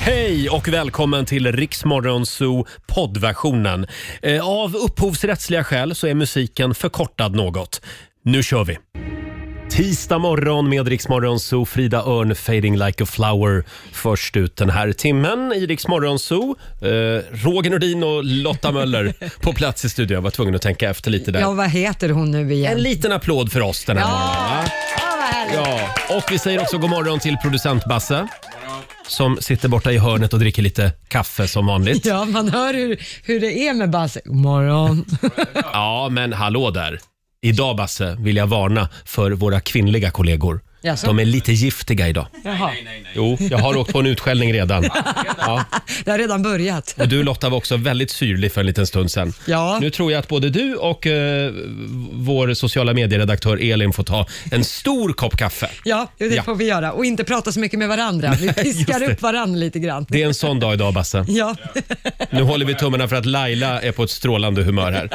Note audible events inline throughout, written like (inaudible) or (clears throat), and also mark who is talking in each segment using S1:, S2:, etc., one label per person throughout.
S1: Hej och välkommen till Riksmorgon Zoo poddversionen. Eh, Av upphovsrättsliga skäl så är musiken förkortad något. Nu kör vi! Tisdag morgon med Riksmorgon Zoo. Frida Örn, Fading Like a Flower, först ut den här timmen i Riksmorgon Zoo. Eh, Roger Nordin och Lotta
S2: (laughs)
S1: Möller på plats i studion. Jag var tvungen att tänka efter lite där.
S2: Ja, vad heter hon nu igen?
S1: En liten applåd för oss den här
S2: Ja.
S1: morgonen. Va?
S2: Ja, vad härligt.
S1: Ja, och vi säger också god morgon till producent Basse. Som sitter borta i hörnet och dricker lite kaffe som vanligt.
S2: Ja, man hör hur, hur det är med Basse. God morgon.
S1: Ja, men hallå där. Idag Basse vill jag varna för våra kvinnliga kollegor.
S2: Jaså?
S1: De är lite giftiga idag.
S2: Jaha.
S1: Jo, jag har åkt på en utskällning redan. Ja.
S2: Det har redan börjat.
S1: Och du Lotta var också väldigt syrlig för en liten stund sedan.
S2: Ja.
S1: Nu tror jag att både du och eh, vår sociala medieredaktör Elin får ta en stor kopp kaffe.
S2: Ja, det
S1: Ja.
S2: får vi göra. Och inte prata så mycket med varandra. Vi
S1: (laughs) just
S2: piskar
S1: det.
S2: upp varandra lite grann.
S1: Det är en sån dag idag Basse.
S2: Ja.
S1: Nu håller vi tummarna för att Laila är på ett strålande humör här.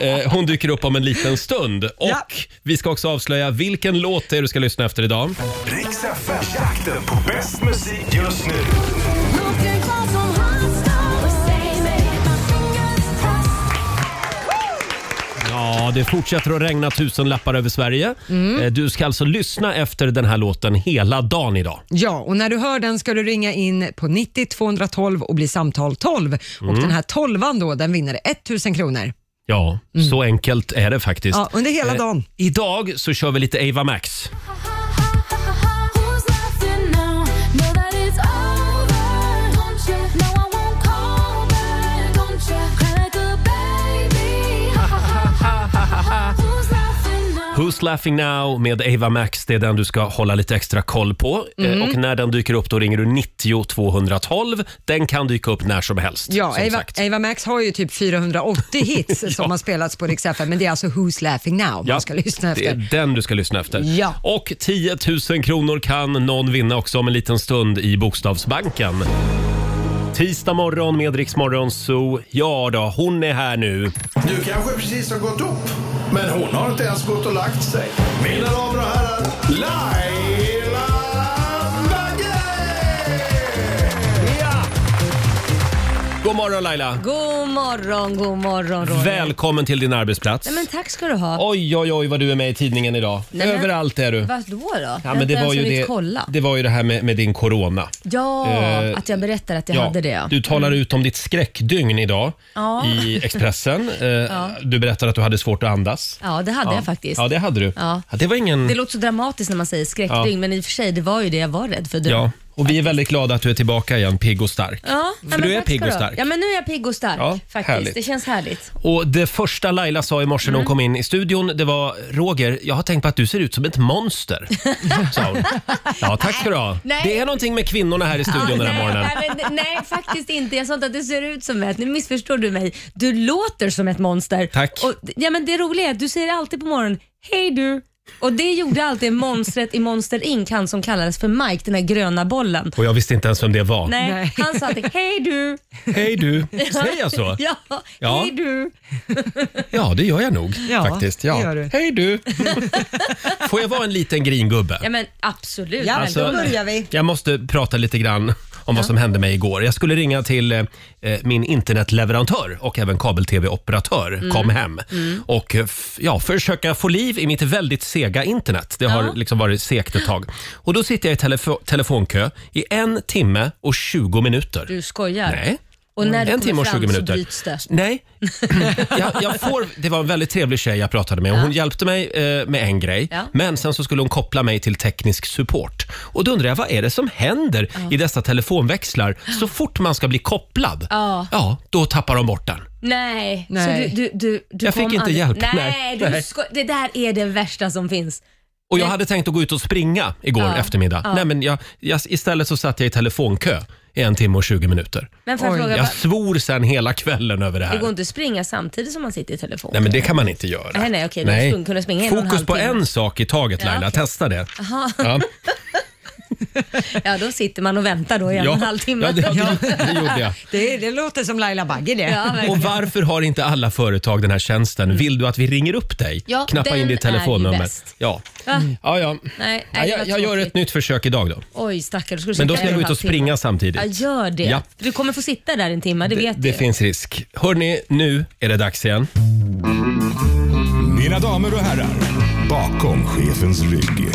S1: Eh, Hon dyker upp om en liten stund. Och
S2: Ja.
S1: vi ska också avslöja vilken låt det är du ska lyssna efter idag.
S3: Riks FM, jakten på bäst musik just nu.
S4: Looking for some hot stuff, save me. My fingers crossed.
S1: Ja, det fortsätter att regna tusen lappar över Sverige.
S2: Mm.
S1: Eh, Du ska alltså lyssna efter den här låten hela dagen idag.
S2: ja, och när du hör den ska du ringa in på 90 212 och bli samtal 12.
S1: Mm.
S2: Och den här 12 då, den vinner 1000 kronor.
S1: Ja, så enkelt är det faktiskt.
S2: Mm. Ja, under
S1: Eh,
S2: hela dagen.
S1: Idag så kör vi lite Ava Max.
S4: Ha, ha, ha, ha, ha, ha. Who's laughing now? Know that it's over, don't you? No, I won't call back, don't you? Cry like a baby. Ha, ha, ha, ha, ha, ha, ha. Who's laughing now?
S1: Who's laughing now med Ava Max, det är den du ska hålla lite extra koll på. Eh,
S5: Mm.
S1: Och när den dyker upp då ringer du 90 212. Den kan dyka upp när som helst.
S2: Ja,
S1: som
S2: Ava,
S1: sagt.
S2: Ava Max har ju typ 480
S1: (laughs)
S2: hits som har spelats på Rix FM, men det är alltså Who's laughing now
S1: Ja,
S2: man ska lyssna efter.
S1: Det är den du ska lyssna efter.
S2: Ja.
S1: Och 10 000 kronor kan någon vinna också om en liten stund i Bokstavsbanken. Tisdag morgon med Rix Morgon Zoo. Ja då, hon är här nu.
S6: Du kanske precis har gått upp, men hon har inte ens gått och lagt sig. Mina damer och herrar, Laila Bagge!
S1: God morgon Laila!
S5: God morgon, god morgon Roger.
S1: Välkommen till din arbetsplats.
S5: Nej, men tack ska du ha.
S1: Oj, oj, oj vad du är med i tidningen idag.
S5: Nej, men-
S1: Överallt är du.
S5: Vad då? då? jag
S1: Ja,
S5: har
S1: men
S5: inte
S1: det,
S5: ens
S1: var ju
S5: hunnit
S1: det,
S5: kolla.
S1: det var ju det här med, med din corona.
S5: Ja,
S1: Eh,
S5: att jag berättade att jag hade det. ja. Mm.
S1: Du talar ut om ditt skräckdygn idag
S5: Ja.
S1: i
S5: (laughs)
S1: Expressen. Eh, Du berättar att du hade svårt att andas.
S5: Ja, det hade jag faktiskt.
S1: Ja,
S5: det...
S1: det hade du. Ja.
S5: Ja.
S1: det var ingen...
S5: låter så dramatiskt när man säger skräckdygn, men i och för sig, det var ju det jag var rädd för.
S1: Ja. Och vi är väldigt glada att du är tillbaka igen, pigg och stark.
S5: Ja,
S1: För
S5: nej, men
S1: du är
S5: tack ska
S1: pigg och
S5: ha.
S1: stark.
S5: Ja, men nu är jag pigg och stark
S1: Ja,
S5: faktiskt.
S1: härligt.
S5: Det känns härligt.
S1: Och det första Laila sa i morse när
S5: Mm.
S1: hon kom in i studion, det var Roger, jag har tänkt på att du ser ut som ett
S5: (laughs)
S1: monster. sa hon. Ja, tack ska du ha.
S5: Nej.
S1: Det är någonting med kvinnorna här i
S5: Ja,
S1: studion den här
S5: nej,
S1: morgonen.
S5: Nej, men, nej, faktiskt inte. Jag sa inte att det ser ut som ett. Nu missförstår du mig. Du låter som ett monster.
S1: Tack.
S5: Och, ja, men det roliga är att du säger alltid på morgonen, hej du. Och det gjorde alltid monstret i Monster Inc. Han som kallades för Mike, den här gröna bollen.
S1: Och jag visste inte ens vem det var.
S5: Nej,
S2: Nej.
S5: han sa alltid hej du.
S1: Hej du, alltså. säger jag så?
S5: (laughs) Ja,
S1: Ja.
S5: hej du.
S1: Ja, det gör jag nog
S2: Ja,
S1: faktiskt. Ja.
S2: det gör du.
S1: Hej
S2: (laughs)
S1: du! Får jag vara en liten gringubbe?
S5: Ja men absolut.
S2: Ja,
S1: Alltså-
S2: då börjar vi.
S1: Jag måste prata lite grann om vad som hände mig igår. Jag skulle ringa till eh, eh, min internetleverantör och även kabel-tv-operatör,
S2: Mm.
S1: Comhem, och eh, f- ja, försöka få liv i mitt väldigt sega internet. Det har liksom varit segt ett tag. Och då sitter jag i telefo- telefonkö i en timme och 20 minuter.
S5: Du skojar.
S1: Nej.
S5: Och när du
S1: en
S5: kommer
S1: timme och 20
S5: fram
S1: minuter.
S5: så byts det. (laughs)
S1: Nej. jag, jag får, det var en väldigt trevlig tjej jag pratade med och hon hjälpte mig eh, med en grej.
S5: Ja.
S1: Men sen så skulle hon koppla mig till teknisk support. Och då undrar jag, vad är det som händer i dessa telefonväxlar så fort man ska bli kopplad?
S5: Ja.
S1: Ja, då tappar de bort den.
S5: Nej.
S2: Nej.
S5: Så du, du, du, du
S1: Jag fick
S5: kom
S1: inte
S5: aldrig-
S1: hjälp,
S5: Nej,
S1: nej.
S5: Du
S1: Nej.
S5: sko- det där är det värsta som finns.
S1: Och jag
S5: Men-
S1: hade tänkt att gå ut och springa igår
S5: Ja.
S1: eftermiddag. Nej, men jag, jag, istället så satt jag i telefonkö i en timme och 20 minuter.
S5: Men får jag
S2: Oj.
S5: fråga,
S1: Jag
S5: vad-
S1: svor sen hela kvällen över det här.
S5: Det går inte att springa samtidigt som man sitter i telefon.
S1: Nej, men det kan man inte göra.
S5: Nej, nej, okej, då skulle hon kunna springa en och en
S1: Fokus
S5: halv
S1: på
S5: timme. (laughs)
S1: en sak i taget, Laila.
S5: okej.
S1: Testa det. Ja.
S5: Ja, då sitter man och väntar då i en och en halv timme.
S1: ja,
S5: (laughs)
S1: det, ja, det, det gjorde jag.
S2: Det, det låter som Laila Bagge det.
S5: Ja,
S1: Och
S5: verkligen. Mm.
S1: varför har inte alla företag den här tjänsten? Vill du att vi ringer upp dig?
S5: Ja,
S1: Knappa in
S5: den
S1: ditt
S5: är ju
S1: telefonnummer.
S5: bäst.
S1: Ja.
S5: Va?
S1: Ja, ja.
S5: Nej,
S1: Ja,
S5: nej, det
S1: jag,
S5: var
S1: jag gör
S5: tråkigt.
S1: ett nytt försök idag då.
S5: Oj, stackare. Du
S1: Men då
S5: sitta
S1: ska jag
S5: där
S1: gå ut
S5: en
S1: och
S5: halvtimme.
S1: springa samtidigt.
S5: Ja, gör det.
S1: Ja.
S5: Du kommer få sitta där en timme, det,
S1: Det,
S5: vet
S1: det
S5: jag.
S1: finns risk. Hörni, nu är det dags igen.
S3: Mina damer och herrar, bakom chefens rygg.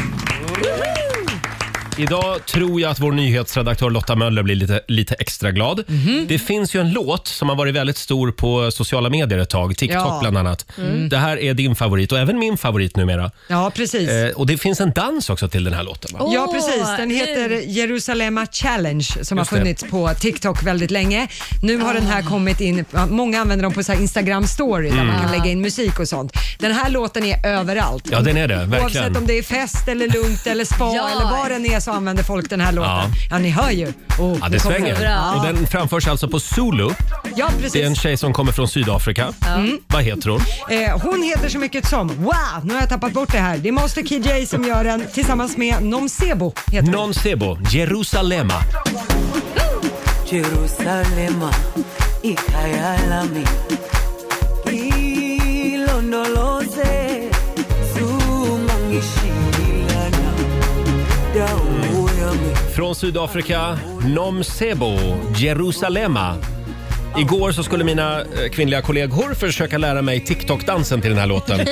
S1: Idag tror jag att vår nyhetsredaktör Lotta Möller blir lite, lite extra glad.
S2: Mhm.
S1: Det finns ju en låt som har varit väldigt stor på sociala medier ett tag, TikTok
S2: Ja. Mm.
S1: bland annat. Det här är din favorit och även min favorit numera.
S2: Ja, precis.
S1: Eh, och det finns en dans också till den här låten. Va?
S5: Åh,
S2: Ja, precis. Den heter
S5: kul.
S2: Jerusalema Challenge som
S1: Just
S2: har
S1: det.
S2: funnits på TikTok väldigt länge. Nu har den här kommit in, många använder dem på så här Instagram story där man kan lägga in musik och sånt. Den här låten är överallt.
S1: Ja, den är det. Verkligen.
S2: Oavsett om det är fest eller lugnt eller spa
S5: Ja.
S2: eller vad den är så använder folk den här låten.
S1: Ja.
S2: Ja, ni hör ju. Oh,
S1: Ja, det
S2: kommer
S1: svänger.
S2: den. Ja.
S1: Och den framförs alltså på Zulu.
S2: Ja, precis.
S1: Det är en tjej som kommer från Sydafrika. Vad heter hon?
S2: Eh, hon heter så mycket som, wow, nu har jag tappat bort det här. Det är Master Kid J som gör den tillsammans med Nomsebo. Heter hon.
S1: Non Sebo, Jerusalema.
S7: Jerusalema ikhaya lami ilondoloze sungangishilana dawo yami
S1: Från Sydafrika, Nom Sebo, Jerusalema. Igår så skulle mina eh, kvinnliga kollegor försöka lära mig TikTok-dansen till den här låten. Eh,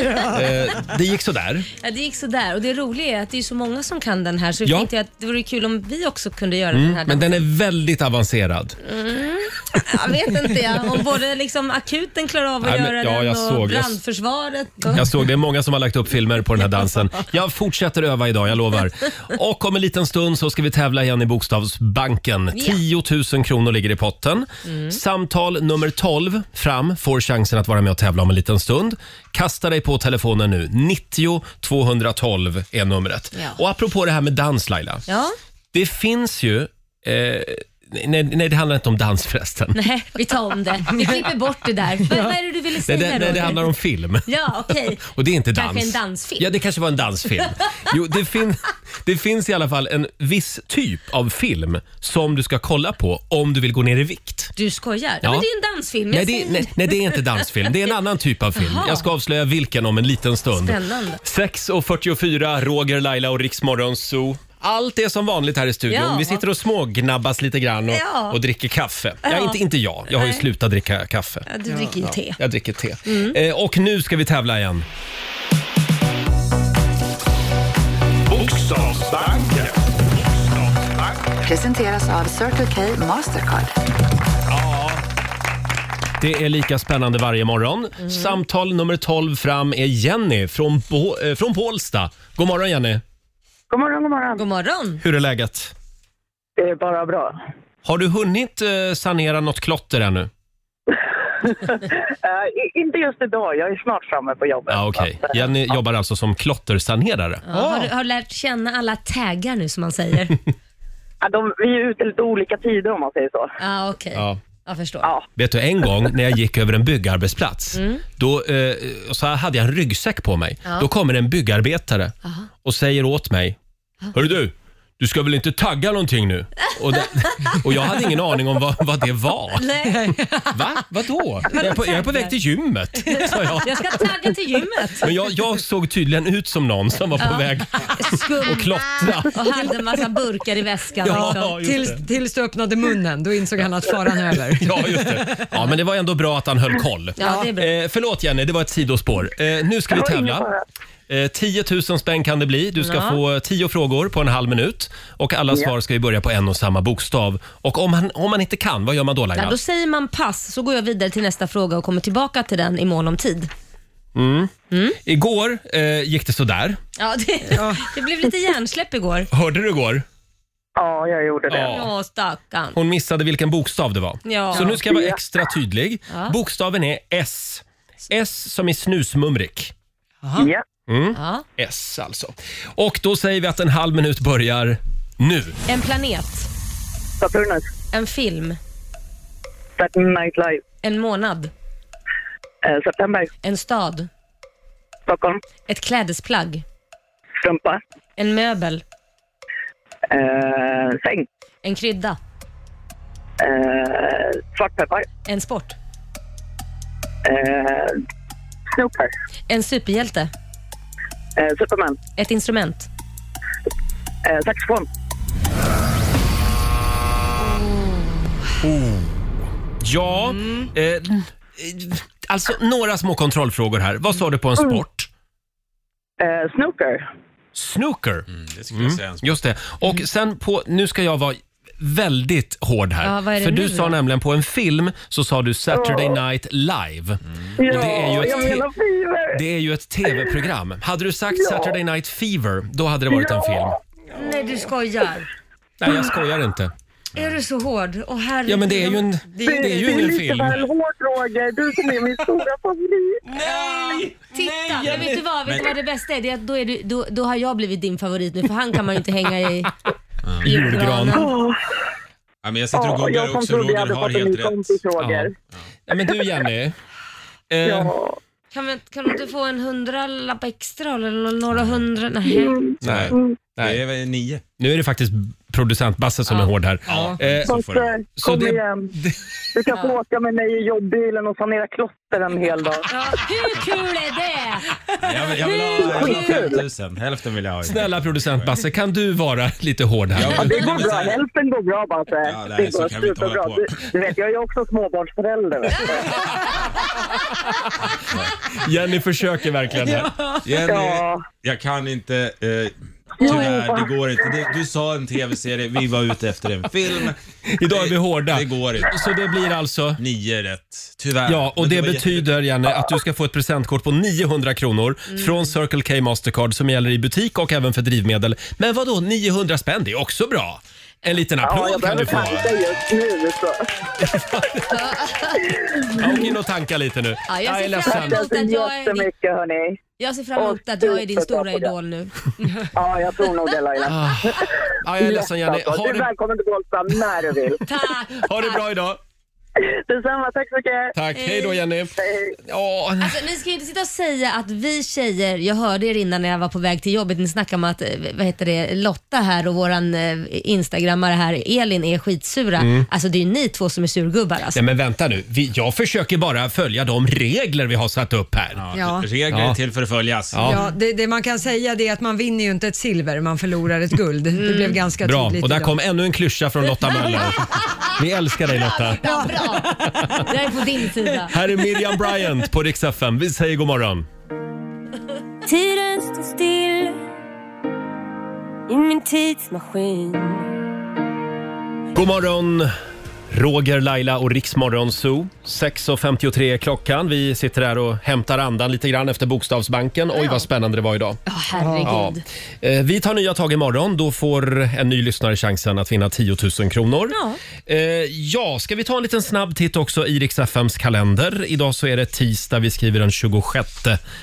S1: Det gick sådär.
S5: Ja, det gick sådär. Och det roliga är att det är så många som kan den här så
S1: Ja. Mm,
S5: jag tänkte jag att det vore kul om vi också kunde göra den här.
S1: Men den är väldigt avancerad.
S5: Jag vet inte jag. Om både liksom akuten klarar av att
S1: Nej, men-
S5: göra
S1: ja,
S5: den
S1: jag
S5: och
S1: såg- jag-
S5: brandförsvaret.
S1: Jag såg det är många som har lagt upp filmer på den här dansen. Jag fortsätter öva idag, jag lovar. Och om en liten stund så ska vi tävla igen i Bokstavsbanken. 10 000 kronor ligger i potten. Samtal nummer 12 fram får chansen att vara med och tävla om en liten stund. Kasta dig på telefonen nu. 90 212 är numret.
S5: Ja.
S1: Och apropå det här med dans Laila.
S5: Ja.
S1: Det finns ju... Eh, nej, nej, det handlar inte om dans förresten. Nej,
S5: Nej, vi tar om det. Vi klipper bort det där. Vad, vad är det du ville säga
S1: det, nej,
S5: Roger?
S1: det handlar om film.
S5: Ja, okej.
S1: Och det är inte dans.
S5: Kanske en dansfilm.
S1: Ja, det kanske var en
S5: (laughs)
S1: dansfilm. Jo, det, fin- det finns i alla fall en viss typ av film som du ska kolla på om du vill gå ner i vikt.
S5: Du skojar?
S1: Ja.
S5: Ja. Men det är en dansfilm.
S1: Nej
S5: Jag
S1: det,
S5: säger-
S1: nej, nej, det är inte dansfilm.
S5: (laughs)
S1: Det är en annan typ av film.
S5: Jaha.
S1: Jag ska avslöja vilken om en liten stund.
S5: Spännande.
S1: 6.44, Roger, Laila och Riksmorgon Zoo. Allt är som vanligt här i studion.
S5: Ja.
S1: Vi sitter och smågnabbas lite grann och,
S5: Ja.
S1: och dricker kaffe. Ja,
S5: Ja.
S1: inte, inte jag. Jag har ju
S5: Nej. Mm.
S1: slutat dricka kaffe.
S5: Ja, du dricker ju te.
S1: Jag dricker te. Eh, och nu ska vi tävla igen.
S6: Bokstavsbanken.
S8: Presenteras av Circle K Mastercard.
S1: Det är lika spännande varje morgon. Samtal nummer 12 fram är Jenny från, Bo- eh, från Bålsta. God morgon Jenny.
S9: God morgon, god morgon.
S5: God morgon.
S1: Hur är läget?
S9: Det är bara bra.
S1: Har du hunnit eh, sanera något klotter ännu?
S9: Eh, i- inte just idag, jag är snart framme på jobbet.
S1: Ja, okej.
S9: Så att, eh,
S1: Jenny jobbar alltså som klottersanerare.
S5: Ja, har, du, har du lärt känna alla taggar nu som man säger?
S1: (laughs)
S9: ja, de, vi är ute lite olika tider om man säger så.
S5: Ja, okej.
S1: Ja.
S5: Jag förstår.
S9: Ja.
S1: Vet du, en gång när jag gick över en byggarbetsplats, då eh, så hade jag en ryggsäck på mig. Då kommer en byggarbetare och säger åt mig, Hörru du, du ska väl inte tagga någonting nu? Och, (laughs) det, och jag hade ingen aning om vad, vad det var.
S5: Nej,
S1: Va? Vadå? Jag är, på, jag är på väg till gymmet, sa jag.
S5: jag ska tagga till gymmet.
S1: Men jag, jag såg tydligen ut som någon som var på väg
S5: Skum
S1: att klottra.
S5: och hade en massa burkar i väskan.
S1: Ja.
S5: liksom.
S1: just det.
S2: Tills, tills du öppnade munnen, då insåg han att faran är över.
S1: Ja, just det. Ja, men det var ändå bra att han höll koll.
S5: Ja, det är bra.
S1: Eh, förlåt Jenny, det var ett sidospår. Eh, nu ska vi
S9: Ja, ingen
S1: tävla.
S9: fara.
S1: Eh, 10 000 spänn kan det bli. Du ska
S5: Ja.
S1: få 10 frågor på en halv minut. Och alla svar ska ju börja på en och samma bokstav. Och om man, om man inte kan, vad gör man då Laila?
S5: Ja, då säger man pass, så går jag vidare till nästa fråga och kommer tillbaka till den i mån om tid.
S1: Igår eh, gick det sådär.
S5: Ja, det, det blev lite hjärnsläpp igår.
S1: Hörde du igår?
S9: Ja, jag gjorde det.
S1: Ja.
S5: Ja, stackarn.
S1: Hon missade vilken bokstav det var.
S5: Ja.
S1: Så nu ska jag vara extra tydlig. Bokstaven är S. S som i snusmumrik.
S9: Ja.
S5: Ja.
S1: S alltså. Och då säger vi att en halv minut börjar nu.
S5: En planet,
S9: Saturnus,
S5: en film,
S9: Saturday Night Live,
S5: en månad,
S9: eh, September,
S5: en stad,
S9: Stockholm,
S5: ett klädesplagg,
S9: Strumpa,
S5: en möbel,
S9: Eh, säng.
S5: En krydda.
S9: Eh, svartpeppar.
S5: En sport.
S9: Eh, Snooper.
S5: En superhjälte.
S9: Eh, Superman.
S5: Ett instrument.
S9: Eh, saxofon.
S1: Ja,
S5: Mm.
S1: eh, eh, alltså några små kontrollfrågor här. Vad sa du på en
S5: Mm.
S1: sport?
S9: Eh, snooker.
S1: Snooker. Mm,
S10: Det skulle jag säga.
S1: Just det.
S5: Mm.
S1: Och sen på, nu ska jag vara väldigt hård här.
S5: Ja, vad är det
S1: För du
S5: nu
S1: sa
S5: då?
S1: nämligen på en film så sa du Saturday Night Live.
S9: Ja,
S1: det är ju ett
S9: jag
S1: te-
S9: menar fever.
S1: Det är ju ett tv-program. Hade du sagt Saturday Night Fever, då hade det varit en film.
S5: Nej, du skojar.
S1: Nej, jag skojar inte.
S5: Är du så hård? Och här...
S1: Ja, men det är ju, en, det är ju ingen
S9: lite
S1: film.
S9: väl hårt, Roger. Du som är min stora favorit.
S5: Titta, men vet du vad, vet du vad det bästa är? Det är att då, är du, då, då har jag blivit din favorit nu för han kan man ju inte hänga i i
S1: Julgran.
S10: Ja, men jag sitter och
S9: Ja,
S10: googlar
S9: jag som
S10: också.
S9: trodde jag
S10: Roger
S9: hade fått
S10: har
S9: en ny
S10: helt rätt.
S9: kompis, Roger.
S1: Ja, men du Jenny. Eh,
S9: Ja.
S5: Kan, vi, kan du inte få en hundralapp extra eller några hundra? Nej.
S1: Nej.
S10: Det är nio.
S1: Nu är det faktiskt producent Basse som är hård här. Eh,
S10: Så får det.
S9: Basse,
S1: Så
S9: kom
S1: det-
S9: igen. Du kan få åka med mig i jobbbilen och sanera klotter en hel dag.
S5: Ja, hur kul är det?
S10: Jag vill, jag vill ha, jag vill ha 5000. Hälften vill jag ha.
S1: snälla producent Basse, kan du vara lite hård här?
S10: men-
S9: Det går bra. Hälften går bra, Basse.
S10: Ja, nej,
S9: det
S10: så
S9: går
S10: kan vi inte hålla
S9: superbra.
S10: på.
S9: Du, du vet, jag är ju också småbarnsförälder. vet du.
S1: Jenny försöker verkligen här.
S10: Jenny,
S9: Ja.
S10: jag kan inte. Eh, tyvärr, det går inte. Det, du sa en tv-serie, vi var ute efter en film.
S1: Idag är vi hårda.
S10: Det går inte.
S1: Så det blir alltså?
S10: Nio rätt, tyvärr.
S1: Ja, och
S10: Men
S1: det
S10: var
S1: betyder Jenny att du ska få ett presentkort på 900 kronor från Circle K Mastercard som gäller i butik och även för drivmedel. Men vad då 900 spänn, det är också bra. En liten
S9: Ja,
S1: applåd
S9: jag
S1: kan
S9: behöver
S1: du få.
S9: tanka just nu. Så.
S1: Ja, åk in och tanka lite nu.
S5: Ja, jag
S1: jag
S5: ser
S1: är ledsen.
S5: fram emot-
S9: Tack så
S5: Jag är-
S9: jättemycket, hörni.
S5: Jag ser fram emot att jag är din stora idol nu.
S9: Ja, jag tror nog det, Laila.
S1: Ja, Ah, jag är ledsen Jenny.
S9: Alltså,
S1: Ha
S9: du är
S1: det,
S9: välkommen till Bålsta när du
S1: (laughs)
S9: vill.
S5: Tack!
S1: ha det bra idag.
S9: Detsamma, tack så mycket.
S1: Tack, hej då Jenny. Ja,
S5: Alltså, ni ska ju inte sitta och säga att vi tjejer, jag hörde er innan när jag var på väg till jobbet, ni snackade om att eh, vad heter det, Lotta här och våran eh, instagrammare här, Elin, är skitsura. Alltså det är ju ni två som är surgubbar alltså.
S1: Nej men vänta nu, Vi, jag försöker bara följa de regler vi har satt upp här.
S2: Ja.
S10: Ja. Regler
S1: Ja.
S10: är till för att följas.
S2: Ja, det, det man kan säga det är att man vinner ju inte ett silver, man förlorar ett guld.
S5: Mm.
S2: Det blev ganska
S1: Bra,
S2: tydligt
S1: och där
S2: idag.
S1: kom ännu en klyscha från Lotta Möller. Vi älskar dig Lotta.
S5: Bra, bra! Jag är på din sida.
S1: Här är Miriam Bryant på Rix FM. Vi säger god morgon.
S4: Tiden står still i min tidsmaskin
S1: God morgon, Roger, Laila och Riksmorgon Zoo. 6.53 är klockan. Vi sitter här och hämtar andan lite grann efter Bokstavsbanken. Oj, vad spännande det var idag.
S5: Ja, herregud.
S1: Eh, Vi tar nya tag imorgon. Då får en ny lyssnare chansen att vinna 10 000 kronor.
S5: Ja.
S1: Eh, ja, ska vi ta en liten snabb titt också i Rix FMs kalender. Idag så är det tisdag. Vi skriver den 26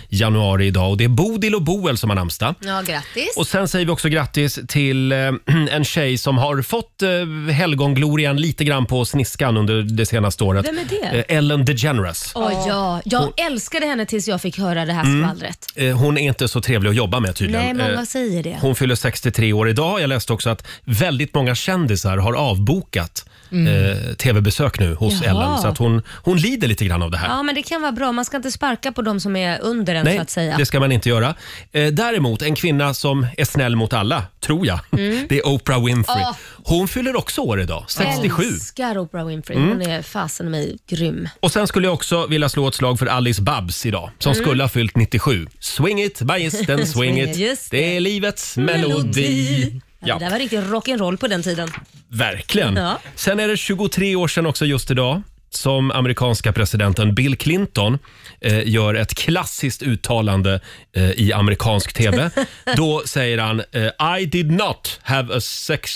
S1: januari idag och det är Bodil och Boel som har namnsdag.
S5: Ja, grattis.
S1: Och sen säger vi också grattis till eh, (clears throat) en tjej som har fått eh, helgonglorian lite grann på sniskan under det senaste året.
S5: Vem är det?
S1: Eh, Ellen DeGeneres.
S5: Åh ja, jag älskade henne tills jag fick höra det här skvallret.
S1: Eh, hon är inte så trevlig att jobba med tydligen.
S5: Nej, många
S1: Eh,
S5: säger det.
S1: hon fyller 63 år idag. Jag läste också att väldigt många kändisar har avbokat eh, tv-besök nu hos
S5: Mm. Jaha.
S1: Ellen. Så att hon, hon lider lite grann av det här.
S5: Ja, men det kan vara bra. Man ska inte sparka på de som är under en
S1: Nej,
S5: så att säga.
S1: det ska man inte göra. Eh, däremot en kvinna som är snäll mot alla, tror jag.
S5: Mm.
S1: Det är Oprah Winfrey.
S5: Ah.
S1: Hon fyller också år idag, 67.
S5: Älskar Oprah Winfrey.
S1: Mm.
S5: Hon är fasen i mig grym.
S1: Och sen skulle jag också vilja slå ett slag för Alice Babs idag, som skulle ha fyllt 97. Swing it, bajisten, swing
S5: Swing
S1: it.
S5: it, just
S1: det. är livets melodi.
S5: Ja. Det där
S1: Ja,
S5: var riktigt rock'n'roll på den tiden.
S1: verkligen.
S5: Ja.
S1: Sen är det 23 år sedan också just idag som amerikanska presidenten Bill Clinton eh, gör ett klassiskt uttalande eh, i amerikansk tv. Då säger han eh, I did not have a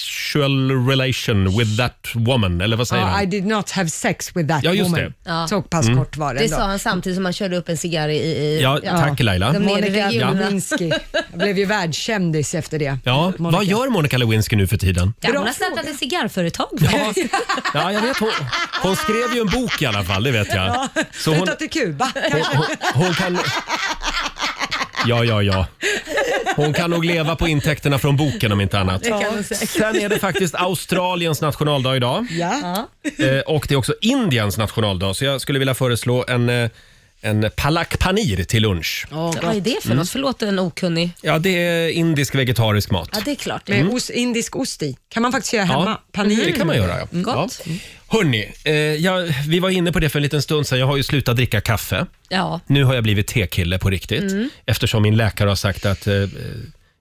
S1: sexual relation with that woman. Eller vad säger
S2: Ja, I
S1: han?
S2: did not have sex with that
S1: Ja, just
S2: woman.
S1: det. Mm.
S5: Ja.
S2: Så pass kort var det
S5: Det
S2: ändå.
S5: sa han samtidigt som han körde upp en cigarr i... i
S1: Ja, tack Laila.
S5: De nere i
S2: Monica
S5: regionerna.
S2: Lewinsky. Jag blev ju världskändis efter det.
S1: Ja,
S2: Monica.
S1: vad gör Monica Lewinsky nu för tiden?
S5: Ja, hon har startat ett cigarrföretag. (laughs)
S1: Ja, ja jag vet. Hon, hon skrev ju en bok i alla fall, det vet jag. Så hon,
S2: Flytta till Kuba.
S1: hon, hon, hon kan... Ja, ja, ja. Hon kan nog leva på intäkterna från boken om inte annat.
S11: Det kan hon säkert.
S1: Sen är det faktiskt Australiens nationaldag idag.
S11: Ja.
S1: Eh, Och det är också Indiens nationaldag, så jag skulle vilja föreslå en, eh, en palak panir till lunch.
S5: Vad är det för
S1: Mm.
S5: något? Förlåt en okunnig.
S1: Ja, det är indisk vegetarisk mat.
S5: Ja, det är klart.
S1: Med Mm.
S2: indisk ost i. Kan man faktiskt göra hemma.
S1: Ja,
S2: Panir.
S1: det kan man göra. Ja.
S5: Mm, Gott.
S1: Ja. Hörni, eh, jag, vi var inne på det för en liten stund sedan. Jag har ju slutat dricka kaffe.
S5: Ja.
S1: Nu har jag blivit tekille på riktigt
S5: Mm.
S1: eftersom min läkare har sagt att eh,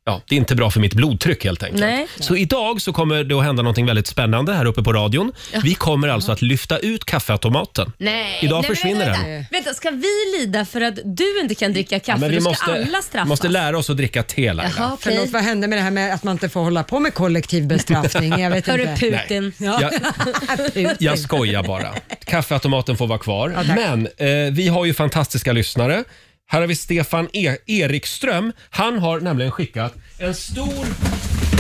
S1: ja, det är inte bra för mitt blodtryck helt enkelt.
S5: Nej.
S1: Så idag så kommer det att hända något väldigt spännande här uppe på radion.
S5: Ja.
S1: Vi kommer alltså att lyfta ut kaffeautomaten.
S5: Nej.
S1: Idag
S5: Nej, men
S1: försvinner
S5: vänta,
S1: den.
S5: Vänta. vänta, ska vi lida för att du inte kan dricka kaffe? Då ska alla straffas.
S1: måste lära oss att dricka te Laila.
S2: Förlåt, vad hände med det här med att man inte får hålla på med kollektiv bestraffning?
S5: (laughs)
S2: Jag vet
S5: Hörru,
S2: inte.
S5: Putin.
S2: Ja.
S1: Jag-
S2: Putin.
S1: Jag skojar bara. Kaffeautomaten får vara kvar.
S2: Ja, tack.
S1: Men eh, vi har ju fantastiska lyssnare. Här har vi Stefan e- Erikström. Han har nämligen skickat en stor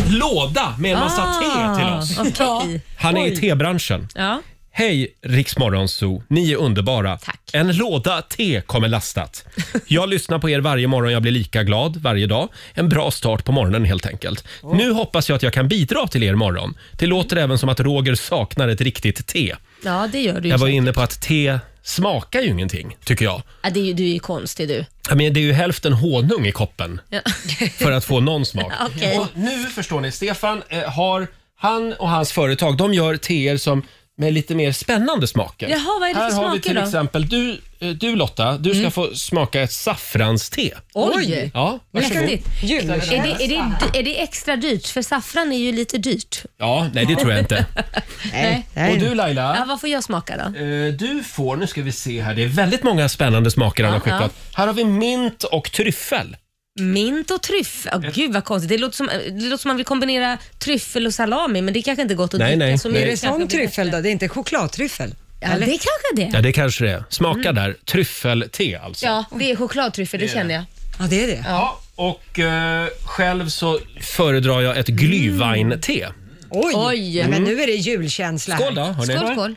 S1: låda med en massa
S2: Ah,
S1: te till oss.
S5: okej.
S1: Han är i
S5: Oj.
S1: tebranschen.
S5: Ja.
S1: Hej Riksmorgonzoo, ni är underbara. En låda te kommer lastat. Jag lyssnar på er varje morgon, jag blir lika glad varje dag. En bra start på morgonen helt enkelt. Nu hoppas jag att jag kan bidra till er morgon. Det låter även som att Roger saknar ett riktigt te.
S5: ja, det gör du ju.
S1: Jag var
S5: säkert.
S1: inne på att te smakar ju ingenting, tycker jag.
S5: ja, det är, ju- Du är ju konstig du.
S1: Jag menar, det är ju hälften honung i koppen
S5: Ja.
S1: (laughs) för att få någon smak.
S5: (laughs) Okej.
S1: Och nu förstår ni, Stefan eh, har, han och hans företag, de gör teer som med lite mer spännande smaker.
S5: Jaha, vad är det
S1: Här
S5: för
S1: har vi
S5: smaker
S1: till
S5: då? Mm.
S1: exempel, du, eh, du Lotta, du ska få smaka ett saffranste.
S5: Oj!
S1: Ja, varsågod.
S5: Mäktigt. Är det, är, det, är det extra dyrt? För saffran är ju lite dyrt.
S1: Ja, nej det tror jag
S5: (laughs)
S1: inte.
S5: Nej.
S1: Och du Laila?
S5: Ja, vad får jag smaka då?
S1: Eh, Du får, nu ska vi se här, det är väldigt många spännande smaker han har
S5: Ja, ja.
S1: skickat. Här har vi mint och tryffel.
S5: Mint och tryffel. Oh, gud vad konstigt. Det låter, som, det låter som man vill kombinera tryffel och salami men det är kanske inte är gott att
S1: Nej,
S5: dricka.
S1: nej,
S5: så
S1: nej.
S2: Är
S1: Är
S2: det sån tryffel då? Det är inte chokladtryffel?
S5: Ja, det kanske det är.
S1: Ja, det kanske det är. Smaka
S5: Mm.
S1: där. Tryffelte alltså.
S5: Ja, det är chokladtryffel, det
S1: Det är
S5: känner jag.
S2: Ja, det är det.
S1: Ja. Och eh, själv så föredrar jag ett glühwein-te.
S2: Mm. Oj!
S5: Oj.
S2: Men nu är det julkänsla. här.
S1: Skål då, hörni.
S5: Skål, skål.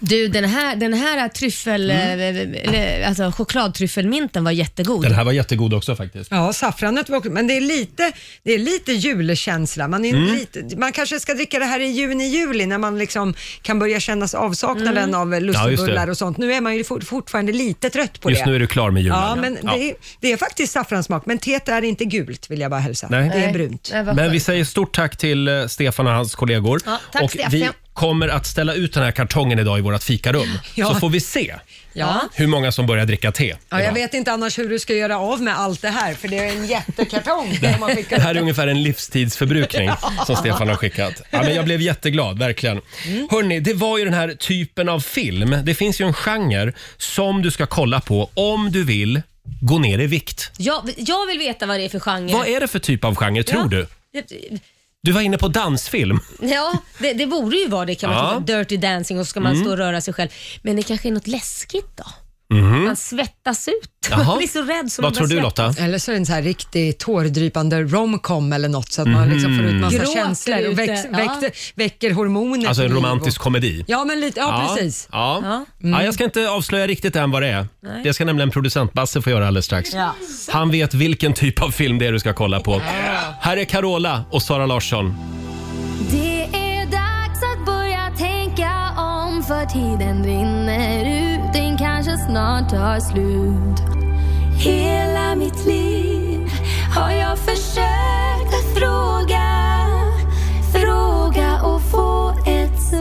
S5: Du, den här, den här tryffel, eller, alltså chokladtryffelminten var jättegod.
S1: Mm. Den här var jättegod också faktiskt.
S2: Ja, saffranet var också, men det är lite, det är lite julkänsla. Man, är
S1: Mm.
S2: lite, man kanske ska dricka det här i juni, juli när man liksom kan börja känna avsaknaden
S1: Mm.
S2: av
S1: Ja, just
S2: lussebullar
S1: det.
S2: och sånt. Nu är man ju fort, fortfarande lite trött på
S1: Just
S2: det.
S1: nu är du klar med julen.
S2: Ja, men
S1: Ja.
S2: Det, är, det är faktiskt saffransmak, men teet är inte gult vill jag bara hälsa.
S1: Nej.
S2: Det är brunt.
S1: Men vi säger stort tack till eh, Stefan och hans kollegor.
S2: Ja, tack,
S1: och
S2: Stefan.
S1: vi kommer att ställa ut den här kartongen idag i vårt fikarum.
S2: Ja.
S1: Så får vi se
S2: Ja.
S1: hur många som börjar dricka te.
S2: Ja, jag vet inte annars hur du ska göra av med allt det här, för det är en jättekartong. som man
S1: Det
S2: skickar
S1: här är ungefär en livstidsförbrukning som Stefan har skickat. Ja, men jag blev jätteglad, verkligen. Hörni, det var ju den här typen av film. Det finns ju en genre som du ska kolla på om du vill gå ner i vikt.
S5: Jag, jag vill veta vad det är för genre.
S1: Vad är det för typ av genre, tror du?
S5: det?
S1: Du var inne på dansfilm.
S5: Ja, det, det borde ju vara det kan man
S1: Ja.
S5: tycka. Dirty dancing och så ska man
S1: Mm.
S5: stå och röra sig själv. Men det kanske är något läskigt då?
S1: Mhm.
S5: Man svettas ut.
S2: Jaha.
S5: Man blir så rädd som man börjar svettas.
S2: (laughs) Eller så är det en så här riktig tårdrypande romcom eller något så att man
S1: Mhm.
S2: liksom får ut massa
S5: Gråter
S2: känslor och
S5: ute.
S2: väx,
S5: Ja.
S2: väckte, väcker hormoner.
S1: Alltså en
S2: till liv
S1: romantisk
S2: och-
S1: komedi.
S2: Ja, men lite, ja, precis.
S1: Ja. Ja. jag ska inte avslöja riktigt än vad det är.
S2: Nej.
S1: Det ska nämligen producent Basse få göra alldeles strax.
S2: Ja.
S1: Han vet vilken typ av film det är du ska kolla på. Här är Carola och Sara Larsson.
S4: Det är dags att börja tänka om för tiden rinner ut, den kanske snart tar slut. Hela mitt liv har jag försökt att fråga, fråga och få ett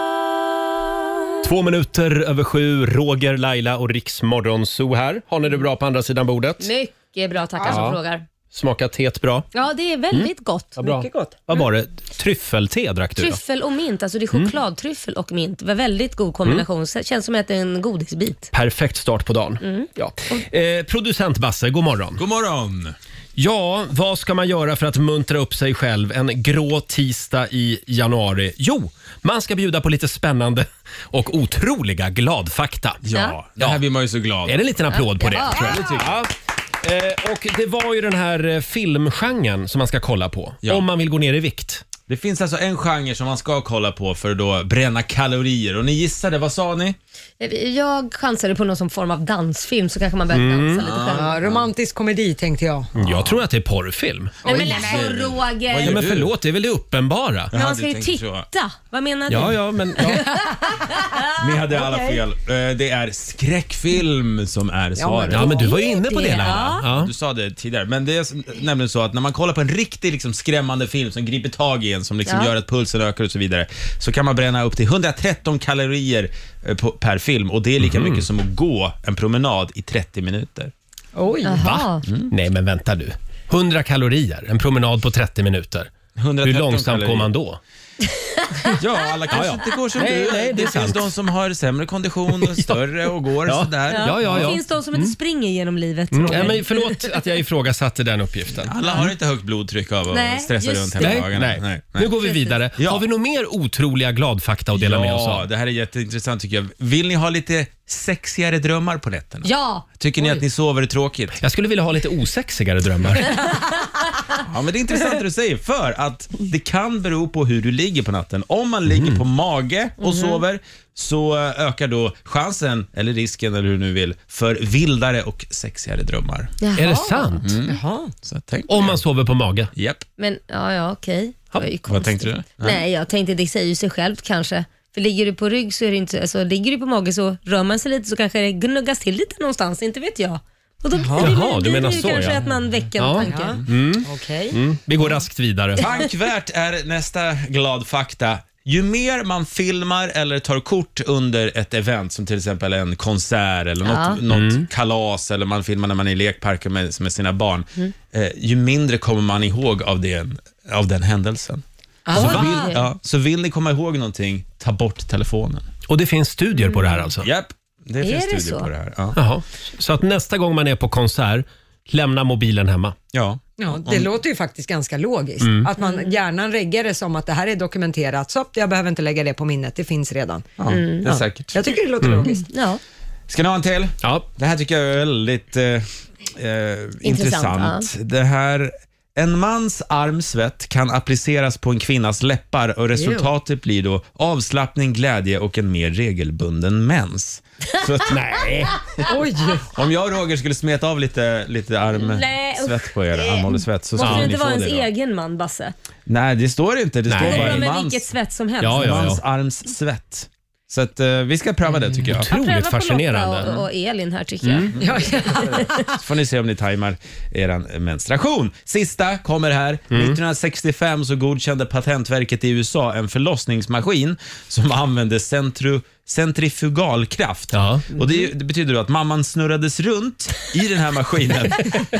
S4: svar.
S1: Två minuter över sju, Roger, Laila och Riks Morgonzoo här. Har ni det bra på andra sidan bordet?
S5: Mycket bra, tackar som
S1: Ja.
S5: frågar.
S1: Smakar teet bra?
S5: Ja, det är väldigt
S1: Mm.
S5: gott.
S1: Vad bra. Vad var det? Tryffelte drack du då?
S5: Tryffel och mint, alltså det är
S1: Mm.
S5: chokladtryffel och mint. Var väldigt god kombination. Så- Känns som att det är en godisbit.
S1: Perfekt start på dagen.
S5: Mm.
S1: Ja. Eh, producent Basse, god morgon. God morgon. Ja, vad ska man göra för att muntra upp sig själv en grå tisdag i januari? Jo, man ska bjuda på lite spännande och otroliga gladfakta.
S10: Ja,
S1: det här blir man ju så glad Är det en liten applåd på det?
S10: Ja.
S1: Ja. Eh, och det var ju den här eh, filmgenren som man ska kolla på om man vill gå ner i vikt.
S10: Det finns alltså en genre som man ska kolla på för att då bränna kalorier. Och ni gissade, vad sa ni?
S5: Eh, Jag chansade på någon som form av dansfilm så kanske man börjar
S10: Mm.
S5: dansa lite själv.
S2: Ja, romantisk komedi tänkte jag.
S1: Jag tror att det är porrfilm.
S5: Nej men alltså Roger.
S1: Nej, men förlåt, det är väl det uppenbara?
S5: Men man ska ju titta. Vad menar du?
S1: Ja, ja, men... Ja.
S10: Ni hade alla
S5: Ah, Okej.
S10: fel. Eh, Det är skräckfilm som är svaret.
S1: Ja, men du var ju inne på det, Laila. Ja.
S10: Du sa det tidigare, men det är s- nämligen så att när man kollar på en riktigt liksom skrämmande film som griper tag i en, som liksom
S5: Ja.
S10: gör att pulsen ökar och så vidare, så kan man bränna upp till 113 kalorier eh, på, per film och det är lika
S1: Mhm.
S10: mycket som att gå en promenad i 30 minuter.
S2: Oj.
S1: Va? Mm. Nej, men vänta du. 100 kalorier, en promenad på 30 minuter. Hur
S10: 113
S1: långsamt går
S10: kalorier.
S1: man då?
S10: Ja, alla kanske inte går som
S1: Nej, nej,
S10: du.
S1: det är
S10: det finns
S1: sant.
S10: de som har sämre (laughs) kondition och större och går
S1: Ja.
S10: sådär.
S1: Ja, ja, ja.
S5: Det finns de som inte springer genom livet.
S1: Mm.
S5: Roger.
S1: Nej, men förlåt att jag ifrågasatte den uppgiften.
S10: Alla har inte högt blodtryck av att
S5: Nej,
S10: stressa
S5: just
S10: runt
S5: det.
S10: hela
S1: Nej,
S10: dagarna.
S1: nej. Nu går vi vidare. Har vi något mer otroliga gladfakta att dela med oss
S10: Ja,
S1: av?
S10: det här är jätteintressant tycker jag. Vill ni ha lite sexigare drömmar på nätterna?
S5: Ja.
S10: Tycker ni att ni sover tråkigt?
S1: Jag skulle vilja ha lite osexigare
S5: (laughs)
S1: drömmar.
S10: Ja, men det är intressant det du säger, för att det kan bero på hur du ligger på natten. Om man
S1: Mhm.
S10: ligger på mage och sover så eh, ökar då chansen, eller risken eller hur du nu vill, för vildare och sexigare drömmar.
S1: Är det sant?
S5: Mm.
S2: Jaha.
S10: Så tänk
S1: Om man sover på mage?
S10: Japp.
S5: Men ja, ja okej. Det var ju
S10: Vad
S5: konstigt.
S10: tänkte du?
S5: Nej, jag tänkte det säger ju sig självt kanske. För ligger du på rygg så är det inte, alltså ligger du på mage så rör man sig lite så kanske det gnuggas till lite någonstans, inte vet jag. Och då
S1: Jaha.
S5: blir det-
S1: Jaha, du
S5: blir det
S1: menar
S5: ju
S1: så,
S5: kanske
S1: ja.
S5: att man väcker
S1: Ja.
S5: en tanke.
S1: Mm.
S2: Okej.
S1: Mm. Vi går raskt vidare.
S10: Bankvärt är nästa glad fakta. Ju mer man filmar eller tar kort under ett event, som till exempel en konsert eller
S5: Ja.
S10: något, något
S1: Mm.
S10: kalas, eller man filmar när man är i lekparken med, med sina barn,
S5: Mm.
S10: eh, ju mindre kommer man ihåg av den, av den händelsen.
S5: Ah.
S10: Så
S5: Oj.
S10: vill, ja, så vill ni komma ihåg någonting, ta bort telefonen.
S1: Och det finns studier på det här alltså?
S10: Japp, det
S5: Är
S10: finns
S5: det
S10: studier
S5: så?
S10: på det här. Ja.
S1: Jaha. Så att nästa gång man är på konsert, lämna mobilen hemma.
S10: Ja.
S2: Ja, det låter ju faktiskt ganska logiskt. Att man hjärnan reggar det som att det här är dokumenterat, så jag behöver inte lägga det på minnet, det finns redan.
S10: Ja,
S5: Mm.
S10: Det är säkert.
S2: Jag tycker det låter logiskt.
S5: Ja.
S10: Ska ni ha en till?
S1: Ja.
S10: Det här tycker jag är väldigt eh, eh, intressant. Det här, en mans armsvett kan appliceras på en kvinnas läppar och resultatet blir då avslappning, glädje och en mer regelbunden mens. Så att, (laughs) nej.
S2: Oj!
S10: Om jag och Roger skulle smeta av lite, lite
S5: Nej, usch.
S10: armsvett på er, armhålesvett, så
S5: Måste
S10: skulle
S5: det
S10: ni
S5: inte
S10: få
S5: vara ens
S10: det då.
S5: egen man, Basse?
S10: Nej, det står det inte. Det
S1: Nej.
S10: står
S5: Det
S10: bara
S5: är
S10: en
S5: med
S10: mans,
S5: vilket svett som helst.
S1: Ja, ja, ja.
S10: mans armsvett. Så att, eh, vi ska pröva det tycker jag.
S1: Otroligt
S5: Pröva på
S1: fascinerande. Mm.
S5: Lotta och, och Elin här tycker jag.
S2: Ja, ja.
S10: Så får ni se om ni tajmar er menstruation. Sista kommer här.
S1: Mm.
S10: 1965 så godkände Patentverket i USA en förlossningsmaskin som använde centru, centrifugalkraft.
S1: Ja.
S10: Och det, är ju- det betyder då att mamman snurrades runt i den här
S5: (laughs)
S10: maskinen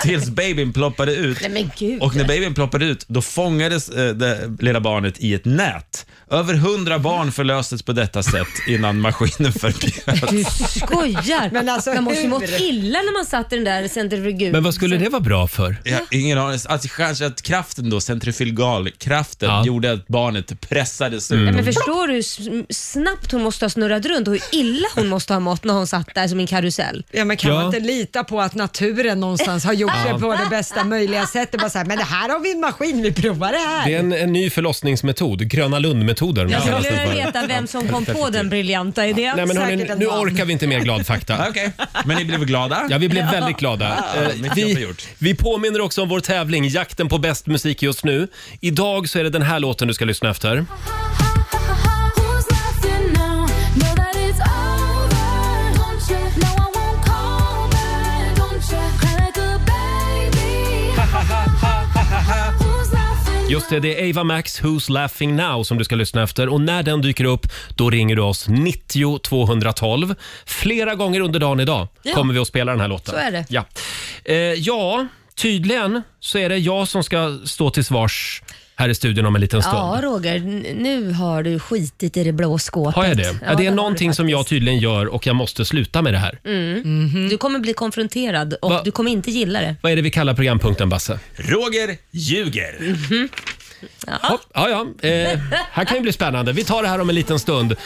S10: tills babyn ploppade ut.
S5: Nej men gud.
S10: Och när babyn ploppade ut, då fångades eh, det lilla barnet i ett nät. Över hundra barn förlöstes på detta sätt innan maskinen förbjöds.
S5: Du skojar!
S2: Men alltså,
S5: man måste ju mått
S2: hur?
S5: illa när man satt i den där centrifugen.
S1: Men vad skulle det vara bra för?
S10: Jag har ingen aning. Alltså, kanske att kraften då, centrifugalkraften,
S1: Ja.
S10: gjorde att barnet pressades ut.
S1: Mm.
S5: Nej, men förstår du hur s- snabbt hon måste ha snurrat runt och hur illa hon måste ha mått när hon satt där som en karusell?
S2: Ja, men kan
S1: Ja.
S2: man inte lita på att naturen någonstans har gjort det på det bästa möjliga sättet? Bara så här, men det här har vi en maskin, vi provar det här.
S1: Det är en, en ny förlossningsmetod, Gröna Lund-metoden.
S5: Jag skulle
S1: kallas den
S5: vilja
S1: för.
S5: veta vem som kom på den briljanta idén.
S1: Nej, men hörni,
S2: Säkert en
S1: nu
S2: man.
S1: orkar vi inte mer glad fakta.
S10: (laughs) Okej, men ni blev glada?
S1: Ja, vi blev väldigt glada.
S10: Ja,
S1: Eh,
S10: mycket jobb
S1: vi,
S10: gjort.
S1: vi påminner också om vår tävling, jakten på bäst musik just nu. Idag så är det den här låten du ska lyssna efter.
S4: Who's laughing now? Know that it's over, don't you? No, I won't call back, don't you? Cry like a baby. Who's laughing?
S1: Just det, det är Ava Max, Who's Laughing Now som du ska lyssna efter. Och när den dyker upp, då ringer du oss 90 212. Flera gånger under dagen idag
S5: Ja.
S1: kommer vi att spela den här låten.
S5: Så är det.
S1: Ja. Eh, ja, tydligen så är det jag som ska stå till svars här i studion om en liten stund.
S5: Ja, Roger, n- nu har du skitit i det blå skåpet.
S1: Har jag det? Ja, det är
S5: har
S1: någonting
S5: du
S1: som jag
S5: faktiskt. Mm.
S1: tydligen gör och jag måste sluta med det här.
S5: Du kommer bli konfronterad och
S1: Va?
S5: du kommer inte gilla det.
S1: Vad är det vi kallar programpunkten, Basse?
S10: Roger ljuger.
S1: Hopp, ja, ja. Eh, här kan ju bli spännande. Vi tar det här om en liten stund.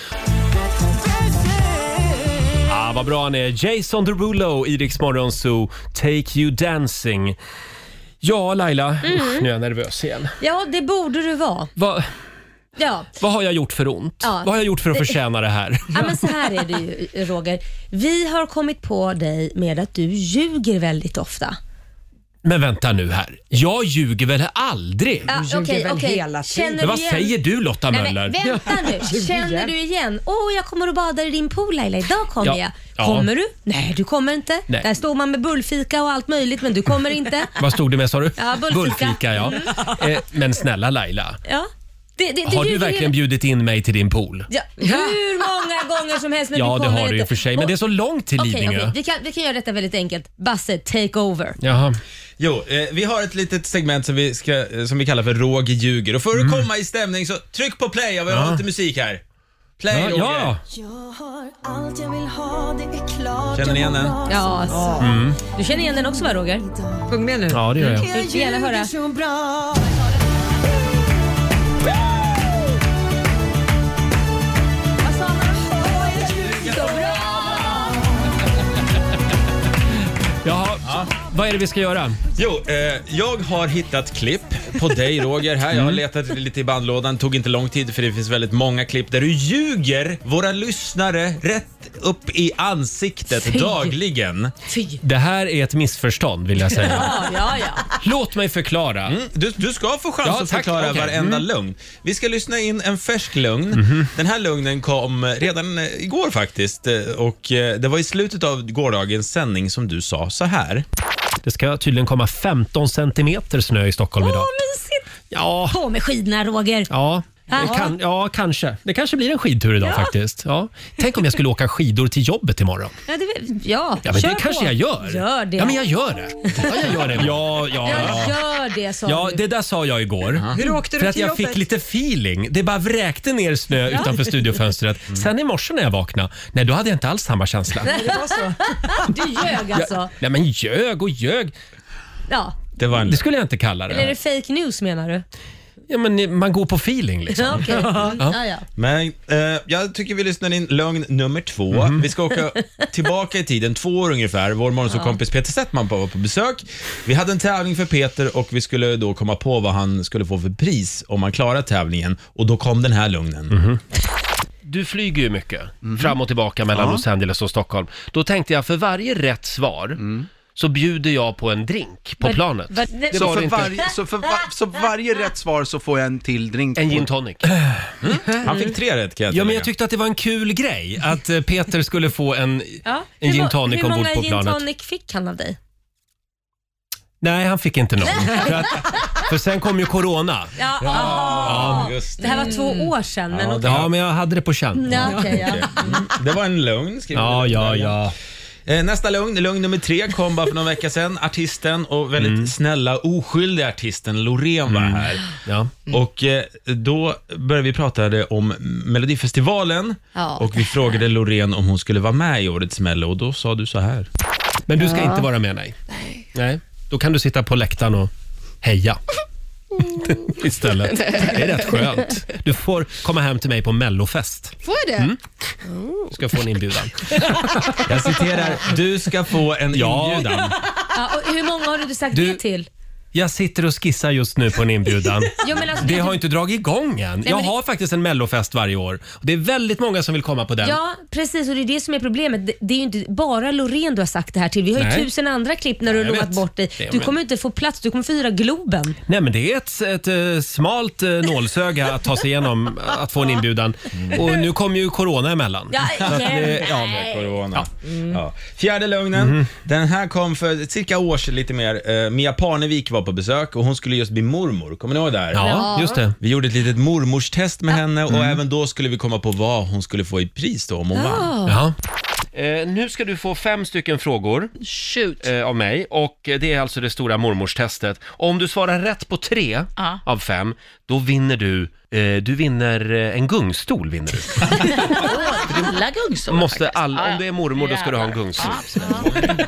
S1: Ah, vad bra han är. Jason Derulo i Rix Morgon Zoo, Take You Dancing. Ja, Laila.
S5: Mm.
S1: Usch, nu är jag nervös igen.
S5: Ja, det borde du vara.
S1: Vad,
S5: Ja.
S1: vad har jag gjort för ont?
S5: Ja.
S1: Vad har jag gjort för att
S5: Det-
S1: förtjäna det här?
S5: Ja, men så här är det ju, Roger. Vi har kommit på dig med att du ljuger väldigt ofta.
S1: Men vänta nu här. Jag ljuger väl aldrig?
S5: Ja, okej, okej. Känner
S1: Men vad
S5: du igen-
S1: säger du Lotta
S5: Nej,
S1: Möller?
S5: men vänta (laughs) nu. Känner du igen? Åh, jag kommer och badar i din pool Laila. Idag
S1: Ja.
S5: kommer
S1: Ja.
S5: jag. Kommer du? Nej, du kommer inte.
S1: Nej.
S5: Där står man med bullfika och allt möjligt, men du kommer
S1: (laughs)
S5: inte.
S1: Vad stod det med sa du?
S5: Ja, bullfika.
S1: ja. Eh, men snälla Laila,
S5: Ja. Det, det, det
S1: har du
S5: ljuger
S1: verkligen
S5: hela-
S1: bjudit in mig till din pool?
S5: Ja, hur många gånger som helst. Men
S1: Ja,
S5: du
S1: det
S5: kommer
S1: har du i
S5: inte.
S1: och för sig, men det är så långt till
S5: Okej,
S1: Lidingö.
S5: okej. Vi, kan, vi kan göra detta väldigt enkelt. Basse, take over.
S1: Jaha.
S10: Jo, eh, vi har ett litet segment som vi, ska, eh, som vi kallar för Roger ljuger. Och för att komma i stämning så tryck på play, jag vill ha
S1: Mm. Ja.
S10: lite musik här. Play
S1: Ja,
S10: Roger.
S1: ja.
S10: Känner ni igen den?
S5: Ja, alltså.
S1: Mm.
S5: Du känner igen den också va Roger?
S2: Sjung med nu.
S1: Ja, det gör jag.
S5: Du vill gärna höra.
S1: Jaha, vad är det vi ska göra?
S10: Jo, eh, jag har hittat klipp
S1: (laughs)
S10: på dig Roger här. Jag
S1: Mm.
S10: har letat lite i bandlådan, tog inte lång tid för det finns väldigt många klipp där du ljuger våra lyssnare rätt upp i ansiktet
S5: Fy.
S10: dagligen.
S5: Fy.
S1: Det här är ett missförstånd vill jag
S5: (laughs)
S1: säga.
S5: Ja, ja, ja.
S1: (laughs) Låt mig förklara.
S10: Mm, du, du ska få chans
S1: Ja,
S10: att
S1: tack.
S10: förklara
S1: Okej. Mm.
S10: varenda lugn. Vi ska lyssna in en färsk lugn.
S1: Mhm.
S10: Den här lugnen kom eh, redan eh, igår faktiskt eh, och eh, det var i slutet av gårdagens sändning som du sa så här.
S1: Det ska tydligen komma 15 centimeter snö i Stockholm
S5: Åh,
S1: idag.
S5: mysigt.
S1: Ja,
S5: På med skidorna Roger.
S1: ja.
S5: Ja.
S1: Det kan, ja, kanske. Det kanske blir en skidtur idag faktiskt. Ja. Tänk om jag skulle åka skidor till jobbet imorgon.
S5: Ja, det, ja,
S1: Ja, men
S5: kör
S1: det kanske
S5: på.
S1: jag gör.
S5: Gör det.
S1: Ja, men jag gör det. Ja, jag gör det. Ja, ja,
S5: Ja,
S1: ja.
S5: gör det sa
S1: Ja,
S5: du.
S1: det där sa jag igår.
S2: Hur åkte
S1: För
S2: du
S1: att
S2: till
S1: jag
S2: jobbet?
S1: fick lite feeling. Det bara vräkte ner snö utanför studiofönstret.
S5: Mm.
S1: Sen i morse när jag vaknade, nej då hade jag inte alls samma känsla.
S2: Det var så.
S5: Du ljög alltså.
S1: Nej men ljög och ljög.
S5: Ja.
S10: Det var en
S1: Det skulle jag inte kalla
S5: Eller
S1: det.
S5: är det fake news menar du?
S1: Ja, men man går på feeling liksom.
S5: Ja, okej. Mm, Ja, ja.
S10: Men eh, jag tycker vi lyssnar in lögn nummer två.
S1: Mhm.
S10: Vi ska åka tillbaka i tiden, två år ungefär. Vår morgonsåkompis Peter Settman var på besök. Vi hade en tävling för Peter och vi skulle då komma på vad han skulle få för pris om han klarade tävlingen. Och då kom den här lögnen.
S1: Mhm. Du flyger ju mycket fram och tillbaka mellan Los Angeles och Stockholm. Då tänkte jag för varje rätt svar så bjuder jag på en drink på
S5: Vad-
S1: planet.
S5: vad-
S1: Det
S5: Så
S1: var
S11: För
S1: inte.
S11: varje, så, för va, så varje rätt svar så får jag en till drink.
S1: En gin tonic.
S10: Han fick tre rätt kan jag
S1: Ja, men
S10: tillägga.
S1: jag tyckte att det var en kul grej att eh, Peter skulle få en,
S5: Ja.
S1: en
S5: Hur
S1: gin
S5: må-
S1: tonic
S5: Hur
S1: ombord
S5: många
S1: på
S5: gin
S1: planet.
S5: tonic fick han av dig?
S1: Nej, han fick inte någon. för, att, för sen kom ju corona.
S5: Ja, aha.
S10: just
S5: Det här var två år sedan. Men
S10: Ja,
S5: okej.
S10: det,
S1: Mm. Ja,
S10: var,
S1: men jag hade det på känn.
S5: Ja, okej, ja.
S10: det var en lögn. skriver
S1: Ja,
S10: vi.
S1: ja, ja.
S10: Eh, Nästa lögn, lögn nummer tre, kom bara för någon vecka sedan. Artisten och väldigt snälla, oskyldiga artisten Loreen var här.
S1: ja.
S10: Och eh, då började vi prata det om Melodifestivalen
S5: Ja.
S10: och vi frågade Loreen om hon skulle vara med i årets Mello och då sa du så här.
S1: Men du ska inte vara med, nej. nej. Då kan du sitta på läktaren och heja. Istället. Det är rätt skönt. Du får komma hem till mig på mellofest. Mm.
S12: Får jag det?
S1: Du ska få en inbjudan.
S10: Jag citerar, du ska få en
S1: Ja.
S10: inbjudan.
S5: Ja, och hur många har du sagt
S1: Du-
S5: det till?
S1: Jag sitter och skissar just nu på en inbjudan.
S5: Jo, men alltså,
S1: Det
S5: du-
S1: har inte dragit igång än. Jag
S5: men det-
S1: har faktiskt en mellofest varje år. Det är väldigt många som vill komma på den.
S5: Ja, precis. Och det är det som är problemet. Det- Det är ju inte bara Loreen du har sagt det här till. Vi har ju
S1: Nej.
S5: tusen andra klipp när du
S1: Nej,
S5: har
S1: jag
S5: lovat
S1: vet.
S5: bort dig.
S1: Det-
S5: Du
S1: men-
S5: kommer inte få plats. Du kommer få hyra Globen.
S1: Nej, men det är ett, ett eh, smalt eh, nålsöga att ta
S12: (laughs)
S1: sig igenom, eh, att få en inbjudan. Och nu kom ju corona emellan.
S5: Ja,
S1: att
S5: men-
S1: det-
S10: Eh, Ja, med corona. Mm. Ja. Fjärde lögnen.
S1: Mhm.
S10: Den här kom för cirka år sedan lite mer. Eh, Mia Parnevik var på besök och hon skulle just bli mormor. Kommer ni ihåg det här?
S1: Ja, just det. Mm.
S10: Vi gjorde ett litet mormorstest med henne och även då skulle vi komma på vad hon skulle få i pris då om hon vann.
S1: Ja. Eh, nu ska du få fem stycken frågor
S12: Shoot.
S1: eh, av mig och eh, det är alltså det stora mormorstestet. Om du svarar rätt på tre
S12: Ja.
S1: av fem, då vinner du, eh, du vinner eh, en gungstol.
S12: (laughs)
S1: Vinner du.
S12: Jag gillar gungstol.
S1: Måste
S12: faktiskt.
S1: all,
S12: Ja,
S1: om du är mormor då ska du ha en
S12: jävlar.
S1: gungstol.
S12: Ja, absolut.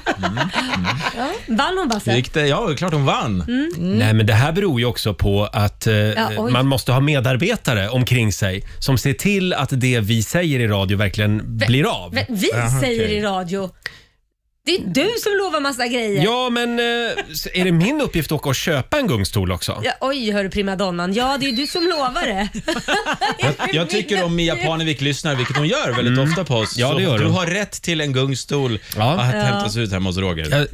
S5: Vann hon
S10: Hur
S5: Basse?
S10: gick det? Ja, det är klart hon vann.
S1: Nej, men det här beror ju också på att eh,
S5: oj.
S1: man måste ha medarbetare omkring sig som ser till att det vi säger i radio verkligen blir av.
S5: Men Vi säger
S10: okej.
S5: i radio. Det är du som lovar massa grejer.
S1: Ja, men eh, s- är det min uppgift att åka och köpa en gungstol också?
S5: Ja, oj, hörru primadonnan. Ja, det är du som
S1: (laughs)
S5: lovar det.
S10: Jag tycker om Mia Parnevik lyssnar, vilket hon gör väldigt ofta på oss.
S1: Mm. Ja,
S10: så
S1: det gör
S10: du
S1: hon.
S10: har rätt till en gungstol att
S1: Ja.
S10: hämtas ut hemma hos Roger.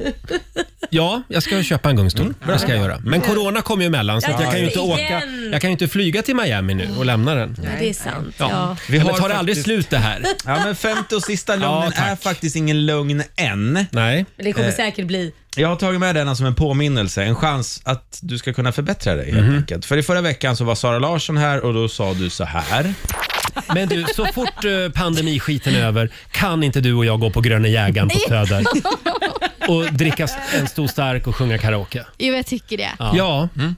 S1: Ja, jag ska köpa en gungstol. det ska jag göra. Men corona kom ju emellan så
S10: Ja,
S1: att jag kan ju inte
S10: igen.
S1: åka. Jag kan ju inte flyga till Miami nu och lämna den.
S5: Nej, det är sant.
S1: Ja.
S5: Ja.
S1: Vi har tar det aldrig slut det här?
S10: Ja, men femte och sista
S1: Ja,
S10: lögnen är faktiskt ingen lögn än.
S1: Nej.
S5: Men Det kommer säkert bli.
S10: Jag har tagit med denna som en påminnelse, en chans att du ska kunna förbättra dig helt enkelt. För i förra veckan så var Sara Larsson här och då sa du så här.
S1: Men du, så fort eh, pandemiskiten är över kan inte du och jag gå på Gröna jägaren på
S5: (laughs)
S1: Söder och dricka s- en stor stark och sjunga karaoke?
S13: Jo, jag tycker det.
S1: Ja. Ja.
S5: Mm.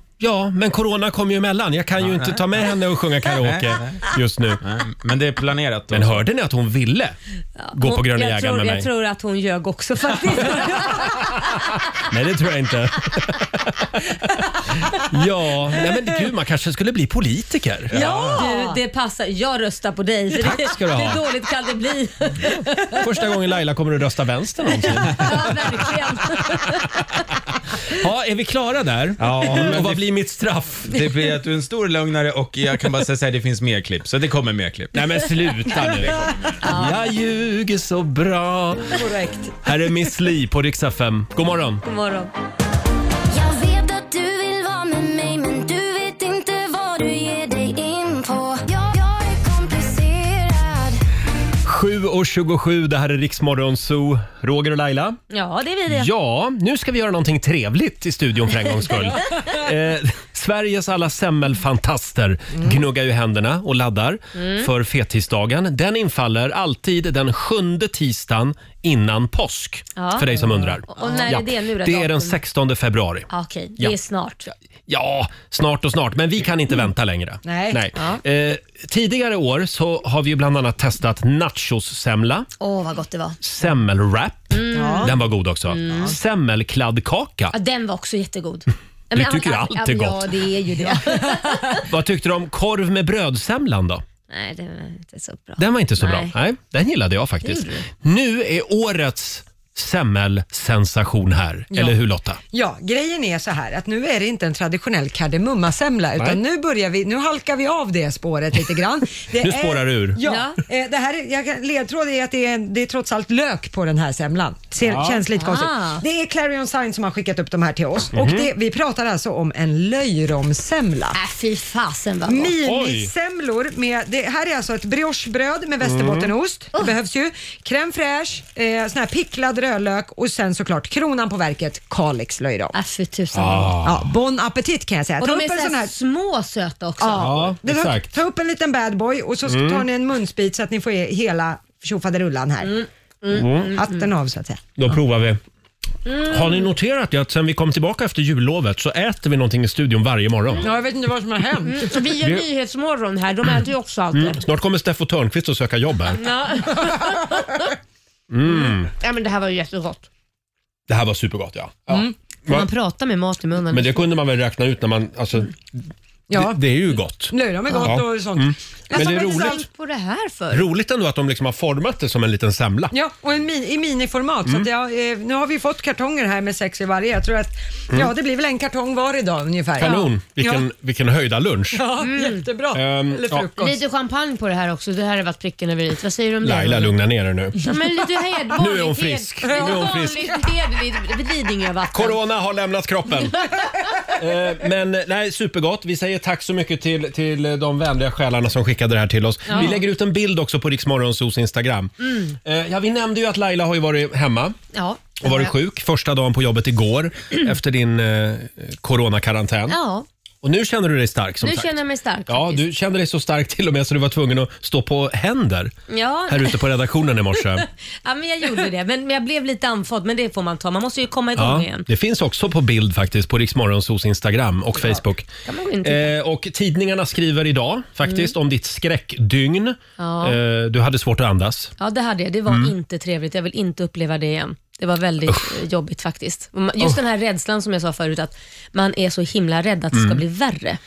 S1: men corona kom ju emellan. Jag kan ju inte ta med henne och sjunga karaoke
S10: Nej, nej.
S1: just nu.
S10: Eh, Men det är planerat.
S1: Men hörde ni att hon ville gå på
S5: Hon-
S1: Gröna
S5: jag
S1: jägaren
S5: tror,
S1: med mig?
S5: Jag tror att hon
S1: (laughs)
S5: ljög också faktiskt.
S1: Nej, det tror jag
S5: (laughs)
S1: inte. ja, nej men gud, man kanske skulle bli politiker.
S5: Du, det passar. Jag röstar på dig. för
S1: Tack
S5: det,
S1: ska du ha.
S5: Hur dåligt kan
S1: (laughs)
S5: det bli?
S1: Första gången Laila kommer att rösta vänster någonsin.
S5: (laughs) ja, verkligen.
S1: Ja, är vi klara där?
S10: men
S1: och vad
S10: det-
S1: blir mitt straff?
S10: Det blir att du är en stor lögnare och jag kan bara säga att det finns mer klipp. Så det kommer mer klipp.
S1: Nej men sluta nu. Jag ljuger så bra.
S5: Korrekt.
S1: Här är Miss Li på riksdag 5. God morgon.
S5: God morgon.
S4: Jag vet att du vill vara med mig men du vet inte vad du ger dig in på. Jag, jag är komplicerad.
S1: 7.27, det här är Riksmorgon Zoo. Roger och Laila.
S5: Ja, det är vi det.
S1: Ja, nu ska vi göra någonting trevligt i studion för en gångs
S5: (laughs)
S1: skull. Eh, Sveriges alla semmelfantaster
S5: Mm.
S1: gnuggar ju händerna och laddar
S4: Mm.
S1: för fettisdagen. Den infaller alltid den sjunde tisdagen innan påsk,
S5: Ja.
S1: för dig som undrar.
S5: Och- och när är det nu då,
S1: Det är
S5: datum?
S1: den 16 februari.
S5: Ja, Ah, Okej, det
S1: Ja.
S5: är snart.
S1: Ja, snart och snart, men vi kan inte vänta längre.
S5: Nej.
S1: Eh, tidigare år så har vi ju bland annat testat nachosemla,
S5: Åh, vad gott det var.
S1: semmelwrap,
S5: Mm. Ja.
S1: den var god också,
S5: Mm.
S1: semmelkladdkaka.
S5: Ja, den var också jättegod.
S1: Du tycker ju allt är
S5: Ja,
S1: gott.
S5: det är ju det.
S1: Vad tyckte du om korv med brödsemlan då?
S5: Nej, det var inte så bra.
S1: Den var inte så
S5: Nej.
S1: bra. Nej, den gillade jag faktiskt.
S5: Gjorde
S1: Nu är årets semmelsensation här.
S2: Ja.
S1: Eller hur Lotta?
S2: Ja, grejen är så här att nu är det inte en traditionell kardemummasemla utan
S1: Nej.
S2: nu börjar vi, nu halkar vi av det spåret
S1: (laughs)
S2: lite grann. Det
S1: Nu spårar
S2: är,
S1: det ur.
S2: Ja, eh, det här är, jag, kan- ledtråd är att det är, det är trots allt lök på den här semlan. Ser,
S14: Ja.
S2: Känns lite konstigt.
S14: Ah.
S2: Det är Clarion Sign som har skickat upp de här till oss och
S14: Mhm.
S2: det, vi pratar alltså om en löjromssemla.
S5: Äh, fy fasen vad gott.
S2: Minisemlor med, det här är alltså ett briochebröd med västerbottenost,
S5: Mm.
S2: det behövs ju. Crème fraîche, eh, sån här picklad rödlök och sen såklart kronan på verket, Kalix löjrom.
S5: Äh, fy tusan.
S2: Ah. Ja, bon appetit kan jag säga.
S5: Och
S2: Ta
S5: de
S2: upp
S5: är
S2: en
S5: så
S2: sån
S5: här
S2: här
S5: små söta också.
S2: Ja, det- Ta upp en liten bad boy och så
S1: Mm.
S2: tar ni en munsbit så att ni får i hela tjofaderullan här.
S1: mm, Mm.
S2: Hatten av så att säga.
S1: Då provar vi. Har ni noterat det att sen vi kom tillbaka efter jullovet så äter vi någonting i studion varje morgon?
S2: jag vet inte vad som har hänt.
S12: Så vi gör
S1: Det-
S12: Nyhetsmorgon här, de äter ju också allt.
S1: Mm. Snart kommer Steffo Törnqvist att söka jobb här.
S12: Ja.
S1: Mm.
S12: ja, men det här var ju jättegott.
S1: Det här var supergott ja. ja. Va?
S5: Man pratar med mat i munnen.
S1: Men det kunde man väl räkna ut när man... Alltså,
S2: Ja.
S1: det, det är ju gott.
S2: Löjrom är gott
S1: Ja.
S2: och sånt.
S1: Mm.
S2: Jag
S1: Men
S2: sa
S1: det är
S2: faktiskt
S1: roligt.
S2: allt-
S5: på det här för?
S1: Roligt ändå att de liksom har format det som en liten semla.
S2: Ja, och en min, i miniformat. Så
S1: Mm.
S2: att jag, eh, nu har vi fått kartonger här med sex i varje. Jag tror att
S1: Mm.
S2: ja, det blir väl en kartong var idag ungefär.
S1: Kanon!
S2: Ja.
S1: Vilken, vilken höjda lunch.
S2: Ja, jättebra.
S1: Ehm, Eller ja. frukost.
S12: Lite champagne på det här också. Det här har varit pricken över i. Vad säger du om det?
S1: Laila, lugna ner er nu.
S12: Ja, men
S2: (laughs)
S12: lite hed, vanligt
S1: Nu är hon
S12: hed-
S1: frisk.
S12: lite
S1: Nu är hon frisk.
S12: Vanligt hederligt Lidingövatten.
S1: Corona har lämnat kroppen. Eh, Men nej, supergott. Vi säger tack så mycket till, till de vänliga själarna som skickade det här till oss.
S4: Ja.
S1: Vi lägger ut en bild också på Riksmorgonsos Instagram.
S4: Mm.
S1: Eh, Ja, vi nämnde ju att Laila har ju varit hemma
S12: Ja.
S1: och varit sjuk första dagen på jobbet igår efter din eh, coronakarantän.
S12: Ja,
S1: Och nu känner du dig stark som
S12: nu
S1: sagt.
S12: känner jag mig stark.
S1: Ja, du kände dig så stark till och med så du var tvungen att stå på händer
S5: Ja.
S1: här ute på redaktionen i morse.
S5: ja, men jag gjorde det. Men, men jag blev lite andfådd, men det får man ta. Man måste ju komma igång
S1: Ja,
S5: igen.
S1: det finns också på bild faktiskt på Riksmorgonsos Instagram och Facebook.
S5: Kan man gå in och titta?
S1: Eh, och tidningarna skriver idag faktiskt om ditt skräckdygn.
S5: Ja.
S1: Eh, du hade svårt att andas.
S5: Ja, det hade jag. Det var
S1: Mm.
S5: inte trevligt. Jag vill inte uppleva det igen. Det var väldigt eh, jobbigt faktiskt. Och ma- Just
S1: Usch.
S5: den här rädslan som jag sa förut, att man är så himla rädd att det ska
S1: Mm.
S5: bli värre.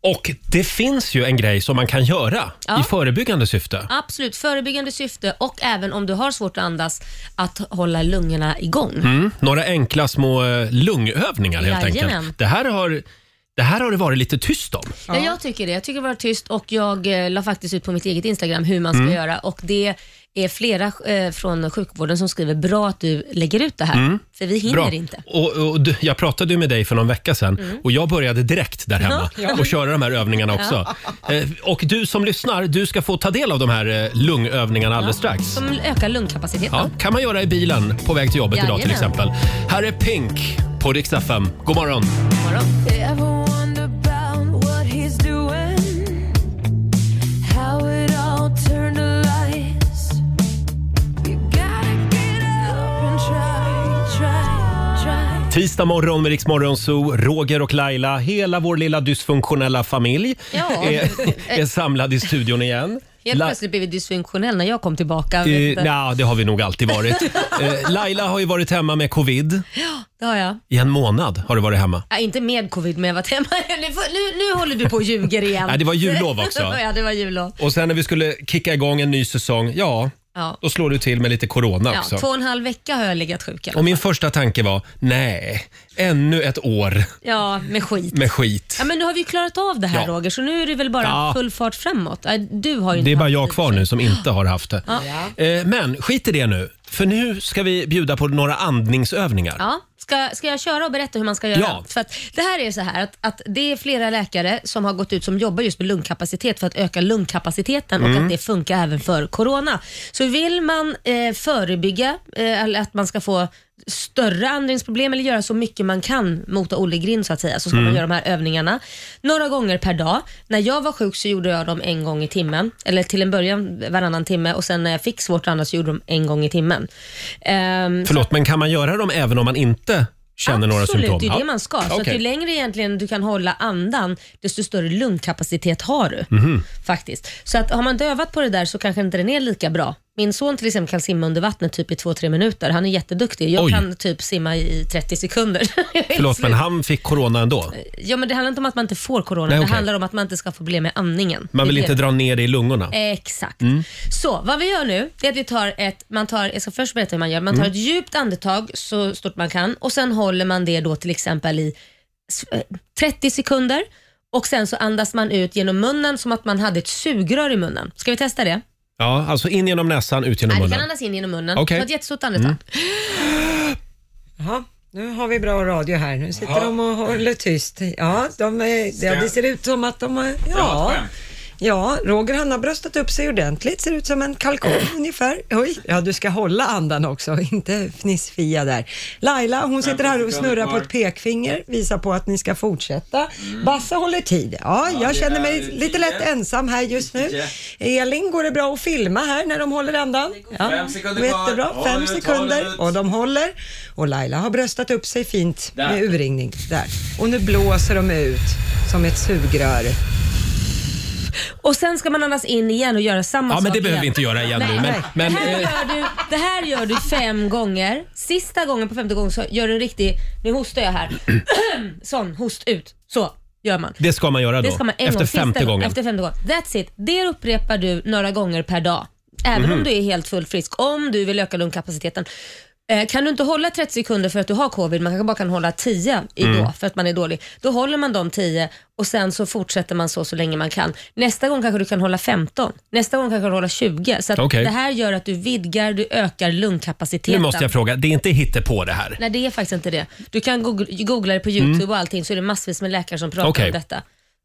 S1: Och det finns ju en grej som man kan göra
S5: Ja.
S1: i förebyggande syfte.
S5: Absolut, förebyggande syfte och även om du har svårt att andas, att hålla lungorna igång.
S1: Mm, några enkla små eh, lungövningar helt
S5: Jajamän.
S1: enkelt. Det här, har, det här har det varit lite tyst om.
S5: Ja. jag tycker det. Jag tycker det var tyst och jag eh, la faktiskt ut på mitt eget Instagram hur man ska
S1: Mm.
S5: göra och det är flera eh, från sjukvården som skriver bra att du lägger ut det här,
S1: Mm.
S5: för vi hinner
S1: Bra.
S5: inte.
S1: Och, och, du- jag pratade ju med dig för någon vecka sedan
S5: Mm.
S1: och jag började direkt där hemma
S5: Ja.
S1: och köra de här övningarna också. Eh, Och du som lyssnar, du ska få ta del av de här eh, lungövningarna alldeles strax.
S5: Som ökar lungkapaciteten.
S1: Ja, kan man göra i bilen på väg till jobbet idag till
S5: Jajamän.
S1: exempel. Här är Pink på Rix FM. God morgon!
S13: They ever wonder about what he's doing? How it all turned to lies. You gotta get up and try, try, try.
S1: Tisdag morgon med Rix Morgon Zoo, Roger och Laila, hela vår lilla dysfunktionella familj
S5: Ja.
S1: är, är samlad i studion igen.
S5: Helt
S1: La-
S5: plötsligt blev vi dysfunktionell när jag kom tillbaka. Jag vet
S1: Eh,
S5: inte.
S1: nja, det har vi nog alltid
S5: (laughs)
S1: varit. Eh, Laila har ju varit hemma med covid.
S5: Det har jag.
S1: I en månad har du varit hemma.
S5: Ja, inte med covid, men jag var hemma. (laughs) Nu, får- nu, nu håller du på och ljuger igen.
S1: Nej, det var
S5: (laughs)
S1: jullov också.
S5: ja, det var jullov.
S1: Och sen när vi skulle kicka igång en ny säsong, ja,
S5: Ja.
S1: då slår du till med lite corona
S5: Ja, två och
S1: också.
S5: en halv vecka har jag legat sjuk. i alla
S1: Och min första tanke var, nej, ännu ett år
S5: fall. Ja, med skit.
S1: med skit.
S5: Ja, men nu har vi ju klarat av det här
S1: Ja.
S5: Roger, så nu är det väl bara
S1: Ja.
S5: full fart framåt. Nej, Du har ju inte
S1: Det är bara
S5: haft
S1: jag kvar nu som inte har haft det.
S5: Ja.
S1: Eh, Men skit i det nu, för nu ska vi bjuda på några andningsövningar.
S5: Ja. Ska, ska jag köra och berätta hur man ska göra?
S1: Ja.
S5: För att det här är så här att, att det är flera läkare som har gått ut som jobbar just med lungkapacitet för att öka lungkapaciteten och
S14: Mm.
S5: att det funkar även för corona. Så vill man eh, förebygga eh, eller att man ska få större andningsproblem eller göra så mycket man kan mot Olle Grind så att säga, så ska man
S14: Mm.
S5: göra de här övningarna några gånger per dag. När jag var sjuk så gjorde jag dem en gång i timmen, eller till en början varannan timme och sen när jag fick svårt att andas så gjorde de en gång i timmen. Ehm, så-
S1: Förlåt, men kan man göra dem även om man inte känner några
S5: Absolut,
S1: symptom?
S5: det är
S1: Ja.
S5: det man ska. Så att
S1: Okej.
S5: ju längre egentligen du kan hålla andan, desto större lungkapacitet har du.
S1: Mhm.
S5: Faktiskt. Så att har man dövat på det där så kanske inte den är lika bra. Min son till exempel kan simma under vattnet typ i 2-3 minuter. Han är jätteduktig. Jag
S1: Oj.
S5: kan typ simma i 30 sekunder. Jag är
S1: Förlåt, men
S5: slut.
S1: han fick corona
S5: Eh,
S1: ändå?
S5: (laughs) Ja, men det handlar inte om att man inte får corona.
S1: Nej,
S5: Det
S1: okej.
S5: handlar om att man inte ska få problem med andningen.
S1: Man vill
S5: Det är
S1: inte
S5: det. Eh.
S1: dra ner det i lungorna?
S5: Exakt.
S1: Mm.
S5: Så vad vi gör nu, det är att vi tar ett, man tar, jag ska först berätta hur man gör, man tar
S1: Mm.
S5: ett djupt andetag så stort man kan och sen håller man det då till exempel i s- eh, 30 sekunder och sen så andas man ut genom munnen som att man hade ett sugrör i munnen. Ska vi testa det?
S1: Ja, alltså in genom näsan, ut genom
S5: Nej, vi
S1: munnen.
S5: kan andas in genom munnen.
S1: Okej.
S5: Ta ett jättestort andetag.
S1: Mm.
S2: Jaha, nu har vi bra radio här. Nu sitter de och håller tyst. Ja, de är, ja, det ser ut som att de är, ja. Ja, Roger han har bröstat upp sig ordentligt, ser ut som
S9: (clears throat)
S2: en kalkon ungefär. Oj, ja du ska hålla andan också, inte fnissfia där. Laila, hon sitter här och
S9: sekunder
S2: snurrar på
S9: kvar.
S2: ett pekfinger, visar på att ni ska fortsätta. Basse håller tid. Ja,
S9: Mm. Ja,
S2: jag
S9: det
S2: känner mig
S9: är
S2: lite lätt ensam här just nu. Elin, går det bra att filma här när de håller andan? Ja,
S9: Fem sekunder kvar.
S2: Jättebra,
S9: Ja,
S2: fem
S9: nu tar det
S2: sekunder.
S9: ut.
S2: Och de håller. Och Laila har bröstat upp sig fint
S9: Där.
S2: med urringning. Där. Och nu blåser de ut som ett sugrör.
S5: Och sen ska man andas in igen och göra samma
S1: Ja,
S5: sak
S1: men det behöver
S5: igen.
S1: vi inte göra igen
S5: Nej,
S1: nu. Men,
S5: nej.
S1: men,
S5: det, här
S1: eh,
S5: gör du, det här gör du fem gånger. Sista gången på femte gången så gör du en riktig, nu hostar jag här. (clears throat) Sån, host ut. Så gör man.
S1: det ska man göra då.
S5: Det ska man en
S1: efter
S5: gång.
S1: femte
S5: Sista-
S1: gången.
S5: Efter femte gången. That's it. Det upprepar du några gånger per dag. Även
S1: Mhm.
S5: om du är helt fullt frisk. Om du vill öka lungkapaciteten. Eh, Kan du inte hålla 30 sekunder för att du har covid, man kanske bara kan hålla 10 i
S14: Mm.
S5: då för att man är dålig. Då håller man de 10 och sen så fortsätter man så så länge man kan. Nästa gång kanske du kan hålla 15, nästa gång kanske du kan hålla 20. Så att
S1: Okej.
S5: det här gör att du vidgar, du ökar lungkapaciteten.
S1: Nu måste jag fråga, det är inte hittepå det här?
S5: Nej, det är faktiskt inte det. Du kan googl- googla det på YouTube
S1: Mm.
S5: och allting så är det massvis med läkare som pratar
S1: Okej.
S5: om detta.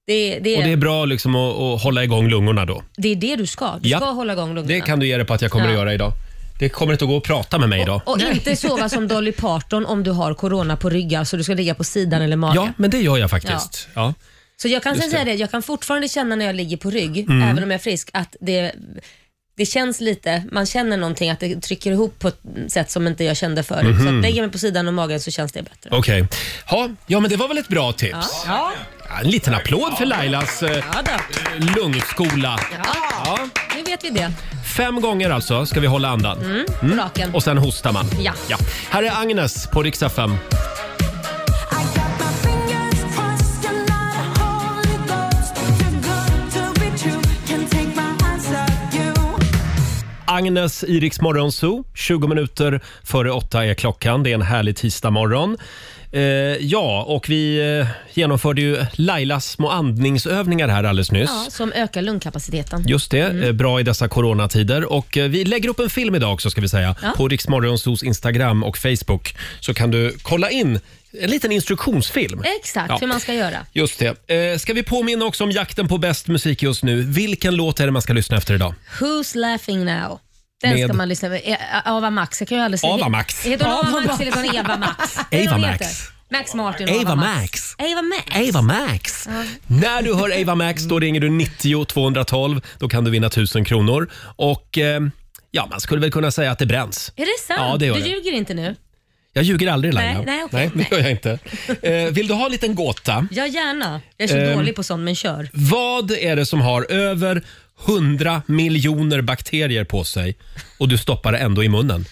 S5: Det, det,
S1: Och
S5: är,
S1: det
S5: det,
S1: är
S5: är...
S1: bra liksom att, att hålla igång lungorna då?
S5: det du ska. Du
S1: Ja.
S5: ska hålla igång lungorna.
S1: Det kan du ge dig på att jag kommer
S5: Ja.
S1: att göra idag. Det kommer inte att gå att prata med mig idag.
S5: Och inte sova som Dolly Parton om du har corona på ryggen så du ska ligga på sidan eller mage.
S1: Ja, men det gör jag faktiskt. Ja.
S5: Så jag kan
S1: Just
S5: sen
S1: det.
S5: säga det, jag kan fortfarande känna när jag ligger på rygg,
S1: Mm.
S5: även om jag är frisk, att det, det känns lite, man känner någonting, att det trycker ihop på ett sätt som inte jag kände förut. Så
S1: Mhm.
S5: att lägger jag mig på sidan och magen så känns det bättre.
S1: Okej. Ja, ja, men det var väl ett bra tips?
S5: Ja.
S1: Ja, en liten applåd för Lailas eh, lungskola. Ja.
S5: Nu vet vi det.
S1: Fem gånger alltså ska vi hålla andan.
S5: Mm, på raken.
S1: Och sen hostar man.
S5: Ja.
S1: Här är Agnes på riksdag 5.
S4: Crossed, you're not a holy ghost.
S1: Agnes i Rix Morgon Zoo. 20 minuter före åtta är klockan. Det är en härlig tisdagmorgon. Eh, ja, och vi eh, genomförde ju Lailas små andningsövningar här alldeles nyss.
S5: Ja, som ökar lungkapaciteten.
S1: Just det,
S5: Mm.
S1: eh, bra i dessa coronatider. Och eh, vi lägger upp en film idag också ska vi säga.
S5: Ja.
S1: På Riksmorgonsos Instagram och Facebook. Så kan du kolla in en liten instruktionsfilm.
S5: Exakt,
S1: Ja.
S5: hur man ska göra.
S1: Just det. Eh, ska vi påminna också om jakten på bäst musik just nu. Vilken låt är det man ska lyssna efter idag?
S5: Who's laughing now? Den
S1: Med-
S5: ska man lyssna på. Eh, Ava Max, jag kan ju aldrig säga.
S1: Ava Max.
S5: Heter hon
S1: Ava
S5: Ava
S1: Max.
S5: Max eller heter hon Eva
S1: (laughs)
S5: Max? Är det
S1: Ava
S5: hon
S1: Max.
S5: heter? Max Martin och
S1: Ava
S5: Ava
S1: Max.
S5: Ava Max.
S1: Ava Max.
S5: Ja.
S1: När du hör Ava Max då ringer du 90 212. Då kan du vinna 1000 kronor. Och eh, ja, man skulle väl kunna säga att det bränns.
S5: Är det sant?
S1: Ja, det gör
S5: du
S1: det.
S5: ljuger inte nu?
S1: Jag ljuger aldrig
S5: Nej,
S1: Laila.
S5: nej, okej,
S1: nej, det gör jag inte. Eh, vill du ha en liten gåta?
S5: Ja, gärna. Jag är så
S1: Ehm.
S5: dålig på sånt, men kör.
S1: Vad är det som har över 100 miljoner bakterier på sig och du stoppar det ändå i munnen?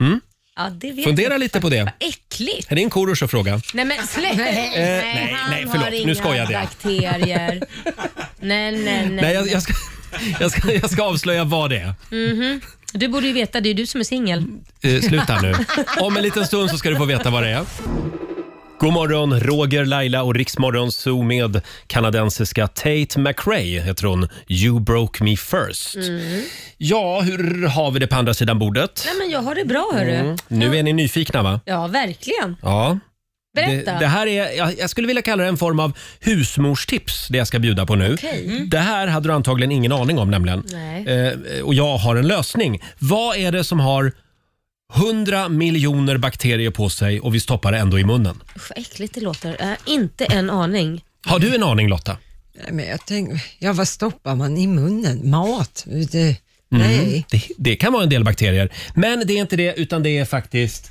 S1: Mm?
S5: Ja, det vet
S1: Fundera
S5: jag.
S1: lite på det.
S5: Vad äckligt.
S1: Är det en Korosh-fråga?
S5: Nej men släpp! Nej,
S1: Eh, nej,
S5: han
S1: nej, förlåt.
S5: har
S1: Nu
S5: inga
S1: skojade jag.
S5: bakterier. nej, nej, nej.
S1: (laughs) Nej, jag, jag, ska, jag, ska, jag ska avslöja vad det är.
S5: Mhm. Du borde ju veta, det är ju du som är singel.
S1: Eh, sluta nu. Om en liten stund så ska du få veta vad det är. God morgon, Roger, Laila och Riksmorgon Zoo med kanadensiska Tate McRae heter hon. You broke me first.
S5: Mm.
S1: Ja, hur har vi det på andra sidan bordet?
S5: Nej men jag har det bra hörru.
S1: Mm. Nu är ni nyfikna va?
S5: Ja, verkligen.
S1: Ja.
S5: Berätta.
S1: Det, det här är, jag, jag skulle vilja kalla det en form av husmorstips, det jag ska bjuda på nu.
S5: Okej. Mm.
S1: Det här hade du antagligen ingen aning om nämligen.
S5: Nej.
S1: Eh, och jag har en lösning. Vad är det som har 100 miljoner bakterier på sig och vi stoppar det ändå i munnen?
S5: Usch, vad äckligt det låter. Jag har inte en aning.
S1: Har du en aning Lotta?
S2: Nej, men jag tänkte, ja vad stoppar man i munnen? Mat? Det, nej.
S1: Det, det kan vara en del bakterier. Men det är inte det, utan det är faktiskt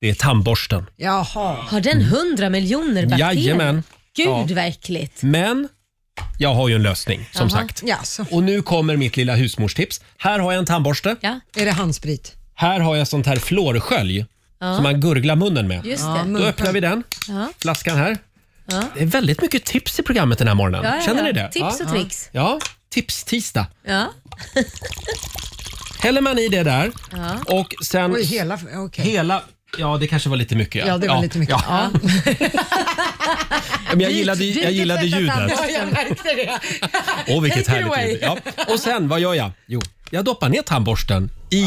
S1: det är tandborsten.
S2: Jaha.
S5: Har den 100 miljoner bakterier?
S1: Mm. Jajamän.
S5: Gud
S1: Ja.
S5: vad äckligt.
S1: Men jag har ju en lösning som
S5: Jaha.
S1: sagt. Och nu kommer mitt lilla husmorstips. Här har jag en tandborste.
S2: Är det handsprit?
S1: Här har jag sånt här fluorskölj
S2: Ja.
S1: som man gurglar munnen med.
S2: Just det. Ja,
S1: Då
S2: munskölj.
S1: öppnar vi den
S5: Ja.
S1: flaskan här.
S5: Ja.
S1: Det är väldigt mycket tips i programmet den här morgonen.
S5: Ja, ja,
S1: Känner
S5: ja.
S1: ni det?
S5: Tips och
S1: ja.
S5: tricks.
S1: Ja, tips-tisdag.
S5: Ja.
S1: Häller man i det där
S5: Ja.
S1: och sen...
S2: Oj, hela- okej.
S1: hela Ja, det kanske var lite mycket.
S2: Ja, det var lite mycket.
S1: Ja. Mm. Men jag gillade, jag gillade ljudet.
S2: Ja, jag märkte det.
S1: Åh, vilket
S2: Take it
S1: härligt
S2: away.
S1: ljud. Ja. Och sen, vad gör jag? Jo, jag doppar ner tandborsten i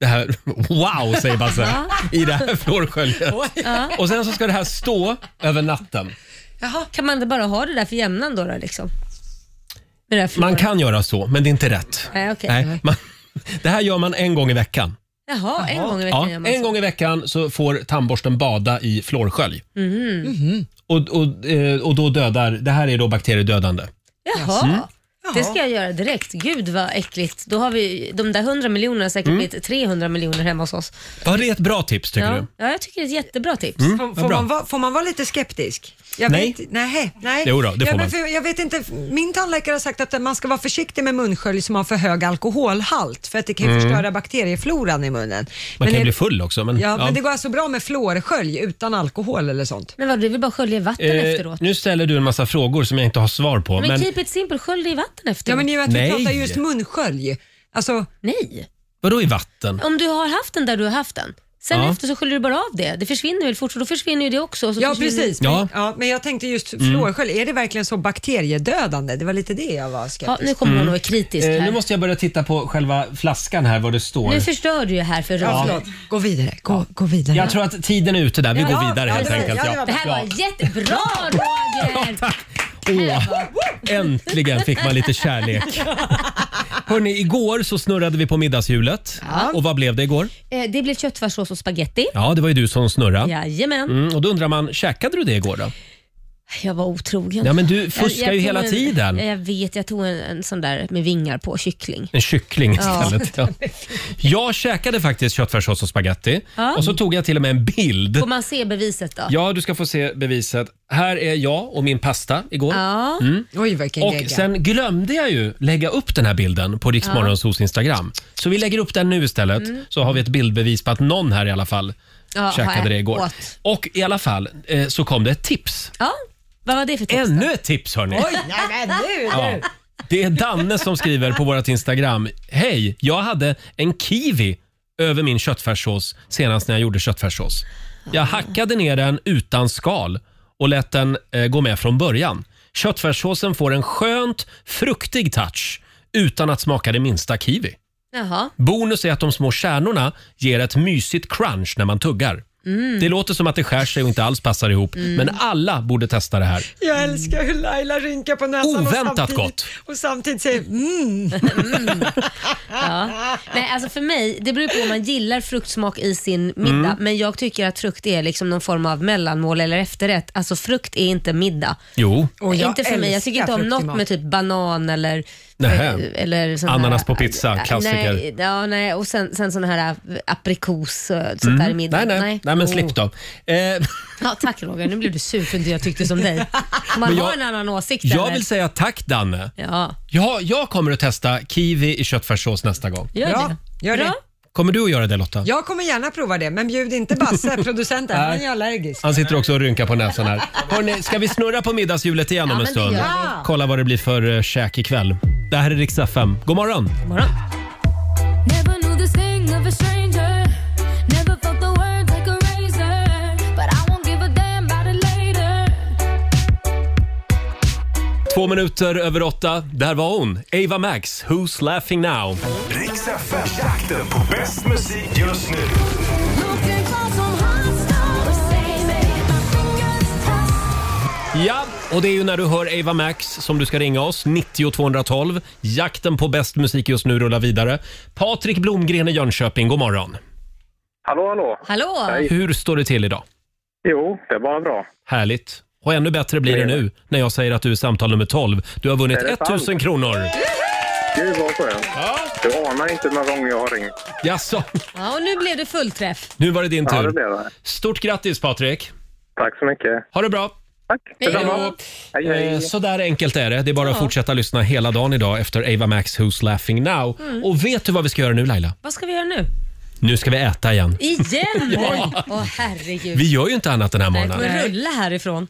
S1: det här... Wow, säger Basse.
S2: Ja.
S1: I det här fluorsköljet.
S5: Ja.
S1: Och sen så ska det här stå över natten.
S5: Jaha. Kan man inte bara ha det där för jämnan då? då liksom?
S1: Man kan göra så, men det är inte rätt.
S5: Nej, okej.
S1: Nej, man, (laughs) det här gör man en gång i veckan.
S5: Jaha, en gång i veckan
S1: Ja,
S5: gör man
S1: en
S5: så.
S1: gång i veckan så får tandborsten bada i fluorskölj.
S5: Mhm.
S1: Och, och, eh, och då dödar, det här är då bakteriedödande.
S5: Jaha.
S1: Mm.
S5: Det ska jag göra direkt. Gud vad äckligt. Då har vi de där 100 miljonerna har säkert
S1: Mm.
S5: blivit 300 miljoner hemma hos oss.
S1: Var det ett bra tips tycker
S5: ja.
S1: du?
S5: Ja, jag tycker det är ett jättebra tips.
S1: Mm, vad
S2: Får,
S1: bra.
S2: man va, får man vara lite skeptisk? Jag
S1: Nej.
S2: Vet, nej, nej.
S1: Jo då, det
S2: ja,
S1: får
S2: men
S1: man.
S2: För, jag vet inte, min tandläkare har sagt att man ska vara försiktig med munskölj som har för hög alkoholhalt för att det kan ju
S1: Mm.
S2: förstöra bakteriefloran i munnen.
S1: Man kan ju
S2: är-
S1: bli full också. Men,
S2: ja, men det går alltså bra med fluorskölj utan alkohol eller sånt?
S5: Men vad, du vill bara skölja vatten
S1: Eh,
S5: efteråt?
S1: nu ställer du en massa frågor som jag inte har svar på.
S5: men, typ-
S1: Men,
S5: keep it simple, skölj det i vatten efteråt.
S2: Ja, men i och med att vi
S1: Nej.
S2: pratar just munskölj. Alltså,
S5: Nej.
S1: vadå i vatten?
S5: Om du har haft den där du har haft den. Sen
S1: Ja.
S5: efter så sköljer du bara av det. Det försvinner väl fort och då försvinner ju det också. Och så
S2: Ja,
S5: försvinner-
S2: precis. Men, ja. men jag tänkte just
S1: Mm.
S2: fluorskölj, är det verkligen så bakteriedödande? Det var lite det jag var skeptisk.
S5: Ja, nu kommer hon och är kritisk
S1: Eh,
S5: här.
S1: nu måste jag börja titta på själva flaskan här, vad det står.
S5: Nu förstör du ju här för
S1: Ja,
S5: Roger.
S1: förlåt.
S2: Gå vidare, gå, gå vidare.
S1: Jag tror att tiden är ute där. Vi
S5: Ja,
S1: går vidare
S5: ja,
S1: helt
S5: det var-
S1: enkelt.
S5: ja,
S1: Ja,
S5: det var- Det här var jättebra Roger!
S1: Åh, äntligen fick man lite kärlek. Hörrni, igår så snurrade vi på middagshjulet.
S5: Ja.
S1: Och vad blev det igår?
S5: Eh, Det blev köttfärssås och spaghetti.
S1: Ja, det var ju du som snurrade.
S5: Jajamän.
S1: Mm, och då undrar man, käkade du det igår då?
S5: Jag var otrogen.
S1: Ja, men du fuskar ju
S5: tog
S1: hela
S5: en, Eh,
S1: tiden.
S5: Jag vet, jag tog en, en sån där med vingar på, kyckling.
S1: En kyckling
S5: Ja.
S1: istället. Ja. Jag käkade faktiskt köttfärssås och spaghetti.
S5: Ja.
S1: Och så tog jag till och med en bild.
S5: Får man se beviset då?
S1: Ja, du ska få se beviset. Här är jag och min pasta igår.
S5: Ja.
S1: Mm.
S2: Oj, vilken
S1: Och
S2: gegga.
S1: sen glömde jag ju lägga upp den här bilden på
S5: Ja.
S1: Riksmorgonsos Instagram. Så vi lägger upp den nu istället.
S5: Mm.
S1: Så har vi ett bildbevis på att någon här i alla fall
S5: Ja,
S1: käkade
S5: har
S1: det igår.
S5: åt.
S1: Och i alla fall eh, så kom det ett tips.
S5: Ja, vad var det för tips?
S1: Ännu ett tips hörni.
S5: nej men nu!
S1: Ja. Det är Danne som skriver på vårt Instagram. Hej, jag hade en kiwi över min köttfärssås senast när jag gjorde köttfärssås. Jag hackade ner den utan skal och lät den eh, gå med från början. Köttfärssåsen får en skönt fruktig touch utan att smaka det minsta kiwi.
S5: Jaha.
S1: Bonus är att de små kärnorna ger ett mysigt crunch när man tuggar.
S2: Mm.
S1: Det låter som att det skär sig och inte alls passar ihop,
S2: Mm.
S1: men alla borde testa det här.
S2: Jag älskar hur Laila rynkar på näsan
S1: Oväntat
S2: och, samtidigt,
S1: gott.
S2: och samtidigt säger mm.
S5: Ja. Nej, alltså för mig, det beror på om man gillar fruktsmak i sin middag,
S1: Mm.
S5: men jag tycker att frukt är liksom någon form av mellanmål eller efterrätt. Alltså frukt är inte middag.
S1: Jo.
S5: inte för mig. Jag tycker inte om något med typ banan eller... eh,
S1: Nähä.
S5: eller sån
S1: Ananas
S5: här,
S1: på pizza, klassiker.
S5: Nej, ja, nej. och sen, sen sån här eh, aprikos och sånt där i middag.
S1: Mm. Nej, nej. nej. men
S5: Oh.
S1: slipp då. Eh,
S5: Ja, tack Roger, nu blev du sur för att jag tyckte som
S1: (laughs)
S5: dig. Om man
S1: Men jag-
S5: har en annan åsikt
S1: jag
S5: eller?
S1: vill säga tack Danne.
S5: Ja,
S1: Ja, jag kommer att testa kiwi i köttfärssås nästa gång.
S5: gör det.
S2: Gör det.
S1: Kommer du att göra det Lotta?
S2: Jag kommer gärna prova det, men bjud inte
S1: (laughs)
S2: Basse, producenten.
S1: Nej.
S2: Han är allergisk.
S1: Han sitter också och rynkar på näsan här. Hörrni, ska vi snurra på middagshjulet igen
S2: Ja,
S1: om en
S2: men det
S1: stund?
S2: gör vi.
S1: Kolla vad det blir för eh, käk ikväll. Det här är Rix FM. God morgon!
S5: God morgon.
S4: Never knew the sting of a stranger. Never felt the words like a razor. But I won't give a damn about it later.
S1: Två minuter över åtta. Där var hon, Ava Max, Who's laughing now?
S3: Riks FM, jakten på bäst musik just nu.
S1: Ja, och det är ju när du hör Ava Max som du ska ringa oss. 90 212. Jakten på bäst musik just nu rullar vidare. Patrik Blomgren i Jönköping, god morgon.
S14: Hallå, hallå.
S5: Hallå!
S1: Hur står det till idag?
S14: Jo, det var bra.
S1: Härligt. Och ännu bättre blir det nu när jag säger att du är samtal nummer 12. Du har vunnit
S14: Är det
S1: 1000
S14: sant?
S1: kronor.
S14: Gud vad skönt. Du anar inte hur många gånger jag har ringt.
S1: Jaså,
S5: Ja, och nu blev det fullträff.
S1: nu var det din
S14: Ja,
S1: tur.
S14: det blev det.
S1: Stort grattis Patrik.
S14: Tack så mycket.
S1: Ha det bra.
S14: Tack.
S5: Hej då.
S14: Detsamma. Hej, hej.
S1: Eh, Så där enkelt är det. Det är bara att
S5: Ja.
S1: fortsätta lyssna hela dagen idag efter Ava Max Who's Laughing Now.
S5: Mm.
S1: Och vet du vad vi ska göra nu Laila?
S5: Vad ska vi göra nu?
S1: Nu ska vi äta igen.
S5: Igen? (laughs)
S1: Ja.
S5: Åh herregud.
S1: Vi gör ju inte annat den här
S5: Nej, det kommer
S1: månaden.
S5: rulla härifrån.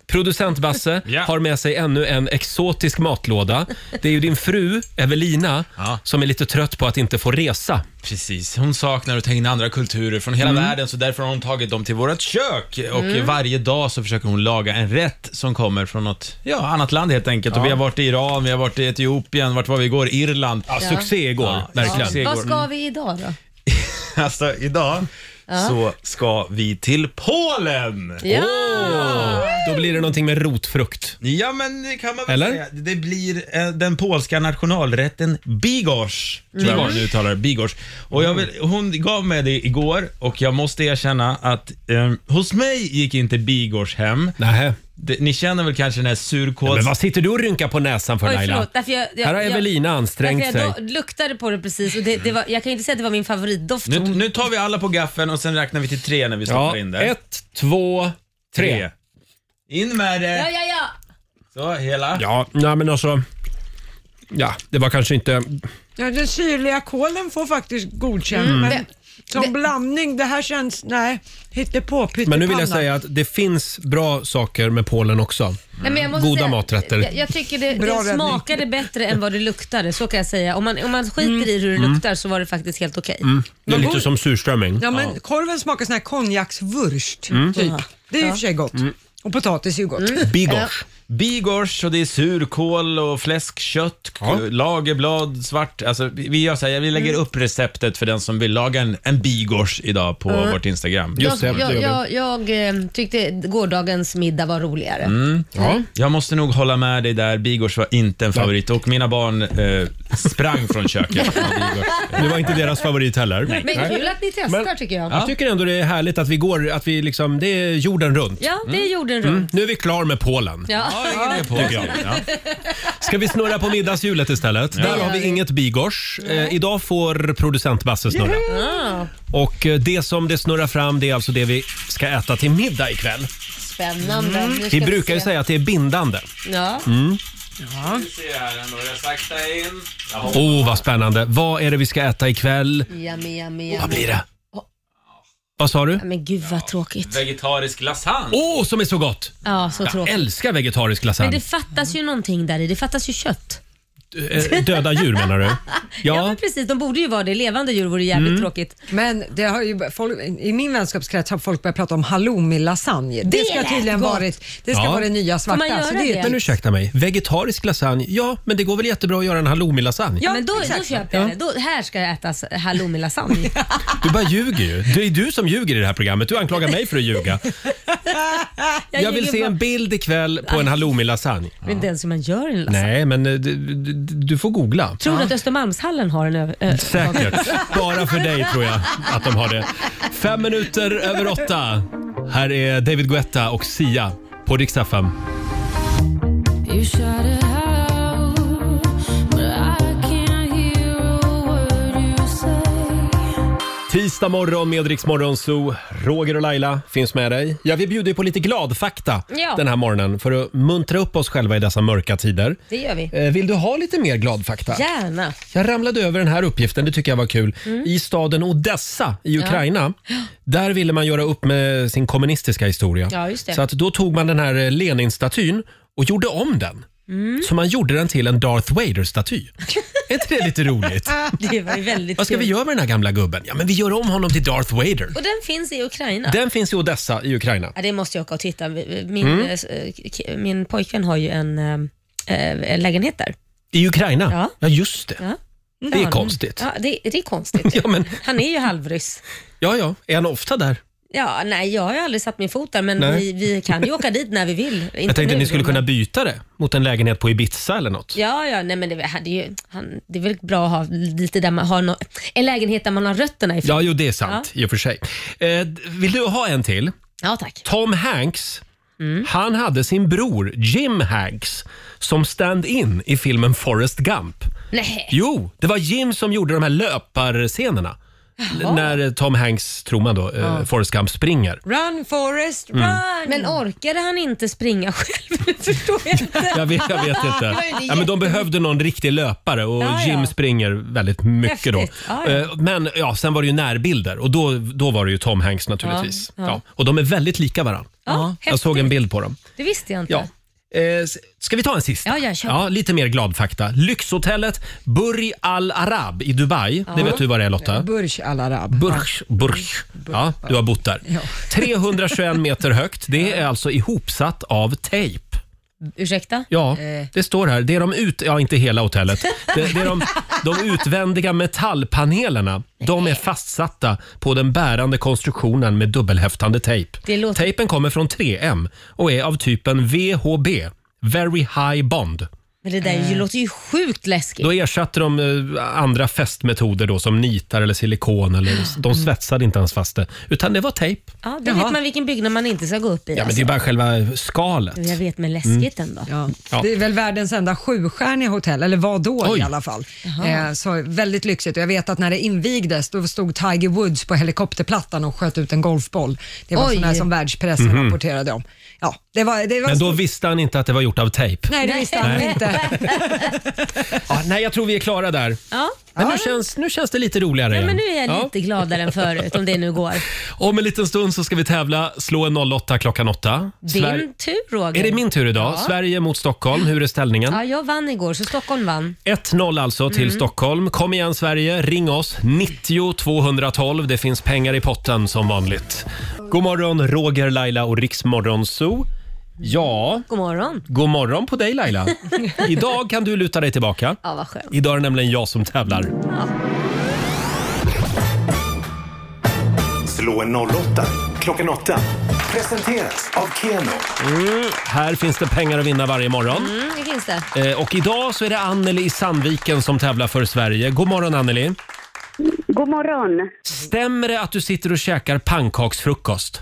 S14: (laughs)
S1: Producent Basse har med sig ännu en exotisk matlåda. Det är ju din fru Evelina som är lite trött på att inte få resa.
S10: Precis. Hon saknar att ta in andra kulturer från hela världen så därför har hon tagit dem till vårt kök. Och
S1: Mm.
S10: varje dag så försöker hon laga en rätt som kommer från något ja, annat land helt enkelt.
S1: Ja.
S10: Och vi har varit i Iran, vi har varit i Etiopien, vart var vi igår? Irland.
S5: Ja, succé
S1: igår,
S10: verkligen.
S5: Vad ska vi idag då?
S10: Alltså idag
S5: Ja.
S10: så ska vi till Polen!
S5: Ja.
S1: Då blir det någonting med rotfrukt.
S10: Ja men det kan man väl
S1: Eller?
S10: säga. Det blir eh, den polska nationalrätten bigorz. Mm. Tror jag
S1: Mm.
S10: man uttalar det, bigorz. Och jag vill, hon gav mig det igår och jag måste erkänna att eh, hos mig gick inte bigorz hem.
S1: Nej.
S10: Det, ni känner väl kanske den här surkåls...
S1: men vad sitter du och rynkar på näsan
S5: Oj, förlåt. Därför jag, jag,
S10: Här har
S5: jag-
S10: Evelina ansträngt
S5: därför jag
S10: sig.
S5: do- luktade på det precis och det, det var, jag kan inte säga att det var min favoritdoft.
S10: Nu, nu tar vi alla på gaffeln och sen räknar vi till tre när vi
S1: Ja,
S10: stoppar in det.
S1: ett, två, tre.
S10: In med det!
S5: Ja, ja, ja.
S10: Så, hela.
S1: Ja, nej men alltså. Ja, det var kanske inte...
S2: Ja, den syrliga kolen får faktiskt godkänt,
S1: Mm.
S2: men
S1: Det-
S2: som blandning, det här känns... Nej, hittepå, pyttipanna.
S1: Men nu vill jag säga att det finns bra saker med Polen också.
S5: Nej, men jag måste
S1: Goda
S5: säga,
S1: maträtter.
S5: Jag, jag tycker det,
S2: Bra
S5: det
S2: räddning.
S5: smakade bättre än vad det luktade, så kan jag säga. Om man, om man skiter i hur det
S1: Mm.
S5: luktar så var det faktiskt helt okej.
S1: Mm. Det är
S2: Men
S1: lite
S2: god-
S1: som surströmming.
S2: Ja, men korven smakar sån här konjaksvurst,
S1: Mm.
S2: typ. Det är i
S5: Ja.
S2: och för sig gott. Och potatis är ju gott.
S10: Bigorz. Bigorz och det är surkål och fläskkött, lagerblad, svart. Alltså, vi, vi gör så här, vi lägger
S5: Mm.
S10: upp receptet för den som vill laga en, en bigorz idag på
S5: Mm.
S10: vårt Instagram.
S5: jag, jag, jag, jag eh, tyckte gårdagens middag var roligare.
S10: Mm.
S5: Ja.
S10: Jag måste nog hålla med dig där. Bigorz var inte en favorit och mina barn eh, sprang från köket.
S1: Det var inte deras favorit heller.
S5: Men kul att ni testar tycker jag.
S1: Jag tycker ändå det är härligt att vi går, att vi liksom, det är jorden runt.
S5: Ja, det är jorden
S1: Mm.
S5: runt.
S1: Nu är vi klar med Polen.
S5: Ja.
S1: Tycker jag. Ska vi snurra på middagshjulet istället? Där har vi inget bigorsch. Eh, idag får producent Basse snurra.
S5: Ah,
S1: Och eh, det som det snurrar fram det är alltså det vi ska äta till middag ikväll.
S5: spännande. Nu ska
S1: Vi brukar ju
S5: se.
S1: säga att det är bindande.
S5: Ja.
S1: Mm.
S10: Ja. Vi ser här, nu har jag sakta in.
S1: Åh, Oh, vad spännande. Vad är det vi ska äta ikväll?
S5: Yummy, yummy, yummy.
S1: Vad blir det? Vad sa du?
S5: Men gud vad tråkigt.
S10: Vegetarisk lasagne.
S1: Åh, som är så gott!
S5: Ja, så
S1: Jag
S5: tråkigt.
S1: älskar vegetarisk
S5: Men det
S1: lasagne.
S5: fattas ju någonting där i. Det fattas ju kött.
S1: eh, döda djur menar du?
S5: (laughs) Ja. men precis. De borde ju vara det. Levande djur vore
S1: Mm.
S5: jävligt tråkigt.
S2: Men det har ju, folk, i min vänskapskrets har folk börjat prata om halloumi-lasagne. Det,
S5: Det
S2: ska
S5: lät
S2: tydligen
S5: gott.
S2: varit, det ska
S1: Ja.
S2: vara det nya svarta. så det är ju-
S1: Men ursäkta mig, vegetarisk lasagne, ja men det går väl jättebra att göra en halloumi-lasagne?
S5: Ja, men då, då köper jag
S1: Ja.
S5: det. Då, här ska jag äta
S1: (laughs)
S5: halloumi-lasagne.
S1: Du bara ljuger ju. Det är du som ljuger i det här programmet. Du anklagar mig för att
S5: (laughs)
S1: ljuga. Jag, vill
S5: ljuger
S1: se
S5: bara.
S1: en bild ikväll på en halloumi-lasagne.
S5: Jag vet inte ens hur man gör en lasagne.
S1: Nej, men eh, du, du, du får googla.
S5: Tror du att Östermalmshallen har en över... ö-
S1: Säkert. Bara för dig tror jag att de har det. Fem minuter över åtta. Här är David Guetta och Sia på Rix FM.
S13: You shout it out, but I can't hear a word you say.
S1: Tisdag morgon med Rix Morgon Zoo. Roger och Laila finns med dig. Ja, vi bjuder ju på lite gladfakta
S5: Ja.
S1: den här morgonen för att muntra upp oss själva i dessa mörka tider.
S5: Det gör vi.
S1: Eh, Vill du ha lite mer gladfakta?
S5: Gärna.
S1: Jag ramlade över den här uppgiften, det tycker jag var kul.
S5: Mm.
S1: I staden Odessa i
S5: Ja.
S1: Ukraina, där ville man göra upp med sin kommunistiska historia.
S5: Ja, just det.
S1: Så att då tog man den här eh, Lenin-statyn och gjorde om den.
S5: Mm.
S1: Så man gjorde den till en Darth
S5: (laughs)
S1: Vader-staty. är inte det lite roligt?
S5: Det var ju väldigt
S1: Vad ska vi
S5: kul.
S1: göra med den här gamla gubben? Ja, men vi gör om honom till Darth Vader.
S5: Och den finns i Ukraina.
S1: Den finns i Odessa i Ukraina.
S5: Ja, det måste jag åka och titta. Min,
S1: Mm.
S5: eh, k- min pojkvän har ju en eh, eh, lägenhet där.
S1: I Ukraina?
S5: Ja.
S1: ja just det.
S5: Ja.
S1: Det är konstigt.
S5: Ja, det, det är konstigt.
S1: (laughs) Ja, men-
S5: Han är ju halvryss.
S1: Ja, ja. Är han ofta där?
S5: Ja, nej, jag har ju aldrig satt min fot där, men
S1: Nej.
S5: vi, vi kan ju åka dit när vi vill. Inte
S1: jag tänkte
S5: nu,
S1: att ni skulle
S5: men-
S1: kunna byta det mot en lägenhet på Ibiza eller något.
S5: Ja, ja, nej men det, han- det, är ju, han, det är väl bra att ha lite där man har nå- en lägenhet där man har rötterna ifrån.
S1: Ja, jo, det är sant i och för sig. Eh, d- vill du ha en till?
S5: Ja, tack.
S1: Tom Hanks, han hade sin bror Jim Hanks som stand-in i filmen Forrest Gump.
S5: Nej.
S1: Jo, det var Jim som gjorde de här löparscenerna.
S5: Jaha.
S1: N- När eh, Tom Hanks, trumman då, eh,
S5: Ja.
S1: Forrest Gump springer.
S5: Run Forrest,
S1: Mm.
S5: run! Men orkade han inte springa själv? (laughs) Det förstår jag inte.
S1: Jag vet, jag vet inte. Ja, men de behövde någon riktig löpare och
S5: Ja, ja.
S1: Jim springer väldigt mycket då.
S5: Häftigt. Ja, ja.
S1: Eh, Men ja, sen var det ju närbilder och då, då var det ju Tom Hanks naturligtvis.
S5: Ja,
S1: Ja,
S5: ja.
S1: Och de är väldigt lika varandra.
S5: Ja,
S1: Jag såg en bild på dem.
S5: Det visste jag inte.
S1: Ja. Eh, s- ska vi ta en sista?
S5: Ja, ja, kör.
S1: lite mer gladfakta. Lyxhotellet Burj Al Arab i Dubai.
S2: Ja.
S1: Det vet du vad det är Lotta?
S2: Burj Al Arab.
S1: Burj, Burj. Ja, du har bott där. 321 meter högt. Det är alltså ihopsatt av tejp.
S5: Ursäkta?
S1: Ja,
S5: Eh.
S1: det står här. Det är de ut... Ja, inte hela hotellet. Det, det är de, de utvändiga metallpanelerna. De är fastsatta på den bärande konstruktionen med dubbelhäftande tejp.
S5: Det låter-
S1: Tejpen kommer från 3M och är av typen VHB, Very High Bond.
S5: Men det där
S1: Eh.
S5: ju låter ju sjukt läskigt.
S1: Då ersatte de eh, andra fästmetoder då, som nitar eller silikon. Eller,
S5: Mm.
S1: de svetsade inte ens fast det, utan det var tejp.
S5: Ja, då vet man vilken byggnad man inte ska gå upp i.
S1: Ja, men det är bara själva skalet.
S5: alltså. Jag vet, men läskigt ändå.
S1: Ja.
S2: Det är väl världens enda sjustjärniga hotell, eller var då
S1: Oj.
S2: i alla fall.
S5: Jaha.
S2: Eh, så väldigt lyxigt. Och jag vet att när det invigdes, då stod Tiger Woods på helikopterplattan och sköt ut en golfboll. Det var
S5: Oj.
S2: sådana som världspressen
S1: Mhm.
S2: rapporterade om. Ja, det var, det var
S1: Men då visste han inte att det var gjort av
S5: (laughs)
S1: tejp.
S2: Nej, det visste han
S1: Nej.
S2: inte.
S1: Ja, nej, jag tror vi är klara där.
S5: Ja.
S1: Men nu, känns, nu känns det lite roligare
S5: Ja,
S1: igen.
S5: men nu är jag
S1: Ja.
S5: lite gladare än förut, om det
S1: (laughs)
S5: nu går.
S1: Om en liten stund så ska vi tävla. Slå en 08 klockan 8.
S5: Din tur, Roger.
S1: Är det min tur idag?
S5: Ja.
S1: Sverige mot Stockholm. Hur är ställningen?
S5: Ja, jag vann igår, så Stockholm vann.
S1: 1-0 alltså till
S5: Mm.
S1: Stockholm. Kom igen Sverige, ring oss. 90 212. Det finns pengar i potten som vanligt. God morgon Roger, Laila och Riksmorgon Zoo. Ja,
S5: God morgon.
S1: god morgon på dig
S5: (laughs)
S1: Laila. Idag kan du luta dig tillbaka.
S5: Ja, vad skönt.
S1: Idag är det nämligen jag som tävlar.
S3: Slå en 08 klockan 8. Presenteras av Keno.
S1: Mm, här finns det pengar att vinna varje morgon.
S5: Mm, det finns det.
S1: Eh, Och idag så är det Anneli i Sandviken som tävlar för Sverige. God morgon Anneli.
S15: God morgon.
S1: Stämmer det att du sitter och käkar pannkaksfrukost?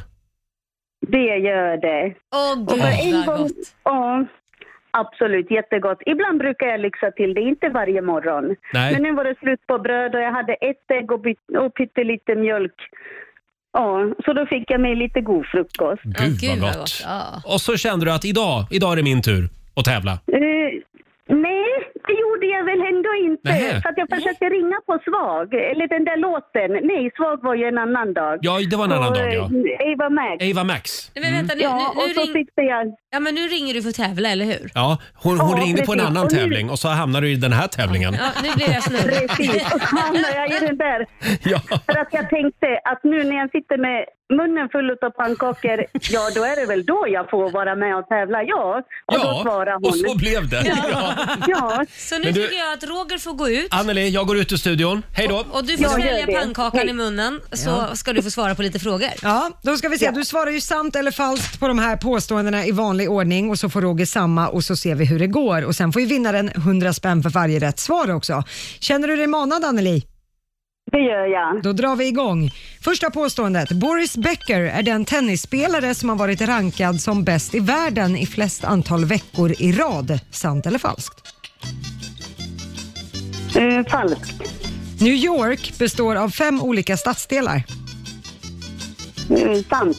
S15: Det gör det.
S5: Åh,
S15: och
S1: vad
S15: för en gång, ja, Absolut, jättegott. Ibland brukar jag lyxa till det, inte varje morgon.
S1: Nej.
S15: Men nu var det slut på bröd och jag hade ett ägg och, byt- och pyttelite mjölk. Ja, så då fick jag mig lite god frukost.
S1: Gud, vad gott. Och så kände du att idag, idag är det min tur att tävla.
S15: Eh, nej, det gjorde jag väl ändå ändå inte.
S1: Nähä.
S15: Så att jag försökte ringa på Svag, eller den där låten. Nej, Svag var ju en annan dag.
S1: Ja, det var en annan
S15: Och,
S1: dag, ja.
S15: eh, Ava Max.
S1: Ava Max.
S5: Nej, men vänta nu.
S15: Ja,
S5: nu,
S15: och
S5: nu,
S15: så
S5: ring...
S15: jag...
S5: ja, men nu ringer du för att tävla, eller hur?
S1: Ja, hon, hon
S5: Ja,
S1: ringde på en
S5: precis.
S1: annan
S5: Och nu-
S1: tävling och så hamnade du i den här (laughs) tävlingen.
S5: Ja, nu blev jag (laughs) snurrig.
S15: Precis, och så hamnade jag i den där. För att jag tänkte att nu när jag sitter med munnen full av pannkakor, ja då är det väl då jag får vara med och tävla. Ja, och då svarade hon.
S1: och så blev det. Ja.
S15: Ja.
S5: Så nu
S1: Men du-
S5: tycker jag att Roger får gå ut.
S1: Anneli, jag går ut ur studion. Hej då!
S5: Och du får
S2: Jag gör
S5: svälja
S2: det.
S5: pannkakan
S2: Hej.
S5: i munnen så
S2: Ja.
S5: ska du få svara på lite frågor.
S2: Ja, då ska vi se. Du svarar ju sant eller falskt på de här påståendena i vanlig ordning och så får Roger samma och så ser vi hur det går. Och sen får ju vinnaren 100 spänn för varje rätt svar också. Känner du dig manad Anneli?
S15: Det gör jag.
S2: Då drar vi igång. Första påståendet. Boris Becker är den tennisspelare som har varit rankad som bäst i världen i flest antal veckor i rad. Sant eller falskt?
S15: Eh, falskt.
S2: New York består av fem olika stadsdelar.
S15: Mm, sant.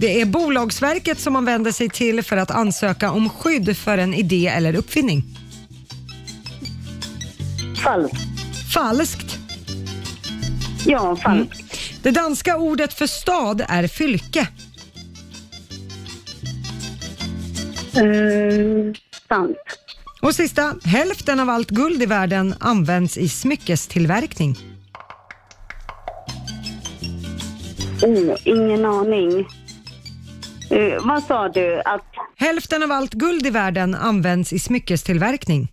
S2: Det är Bolagsverket som man vänder sig till för att ansöka om skydd för en idé eller uppfinning.
S15: Falskt.
S2: Falskt.
S15: Ja, falskt.
S2: Det danska ordet för stad är fylke.
S15: Mm, sant.
S2: Och sista, hälften av allt guld i världen används i smyckestillverkning.
S15: Oh, ingen aning. Eh, vad sa du? Att
S2: Hälften av allt guld i världen används i smyckestillverkning.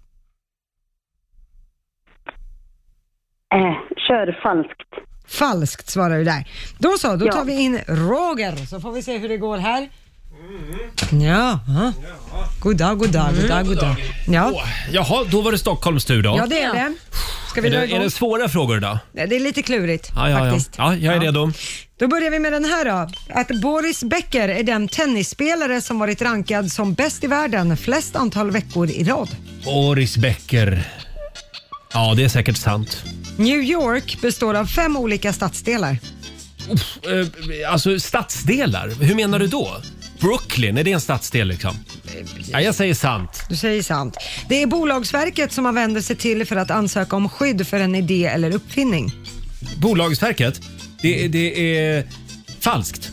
S15: eh, kör falskt.
S2: Falskt svarar du där. Då så, då
S15: Ja.
S2: tar vi in Roger så får vi se hur det går här. Ja, ja. God dag, god dag, god dag, god dag. Ja.
S1: Jaha, då var det Stockholms tur då.
S2: ja, det är det. Ska vi
S1: är,
S2: dra
S1: det, är
S2: igång?
S1: det svåra frågor idag?
S2: Nej, Det är lite klurigt
S1: Ja, ja, ja.
S2: faktiskt.
S1: ja, jag är redo.
S2: Då börjar vi med den här då. Att Boris Becker är den tennisspelare som varit rankad som bäst i världen flest antal veckor i rad.
S1: Boris Becker. Ja, det är säkert sant.
S2: New York består av fem olika stadsdelar.
S1: Uff, eh, alltså stadsdelar, hur menar du då? Brooklyn, är det en stadsdel liksom? Ja, jag säger sant.
S2: Du säger sant. Det är Bolagsverket som man vänder sig till för att ansöka om skydd för en idé eller uppfinning.
S1: Bolagsverket, det, det är falskt.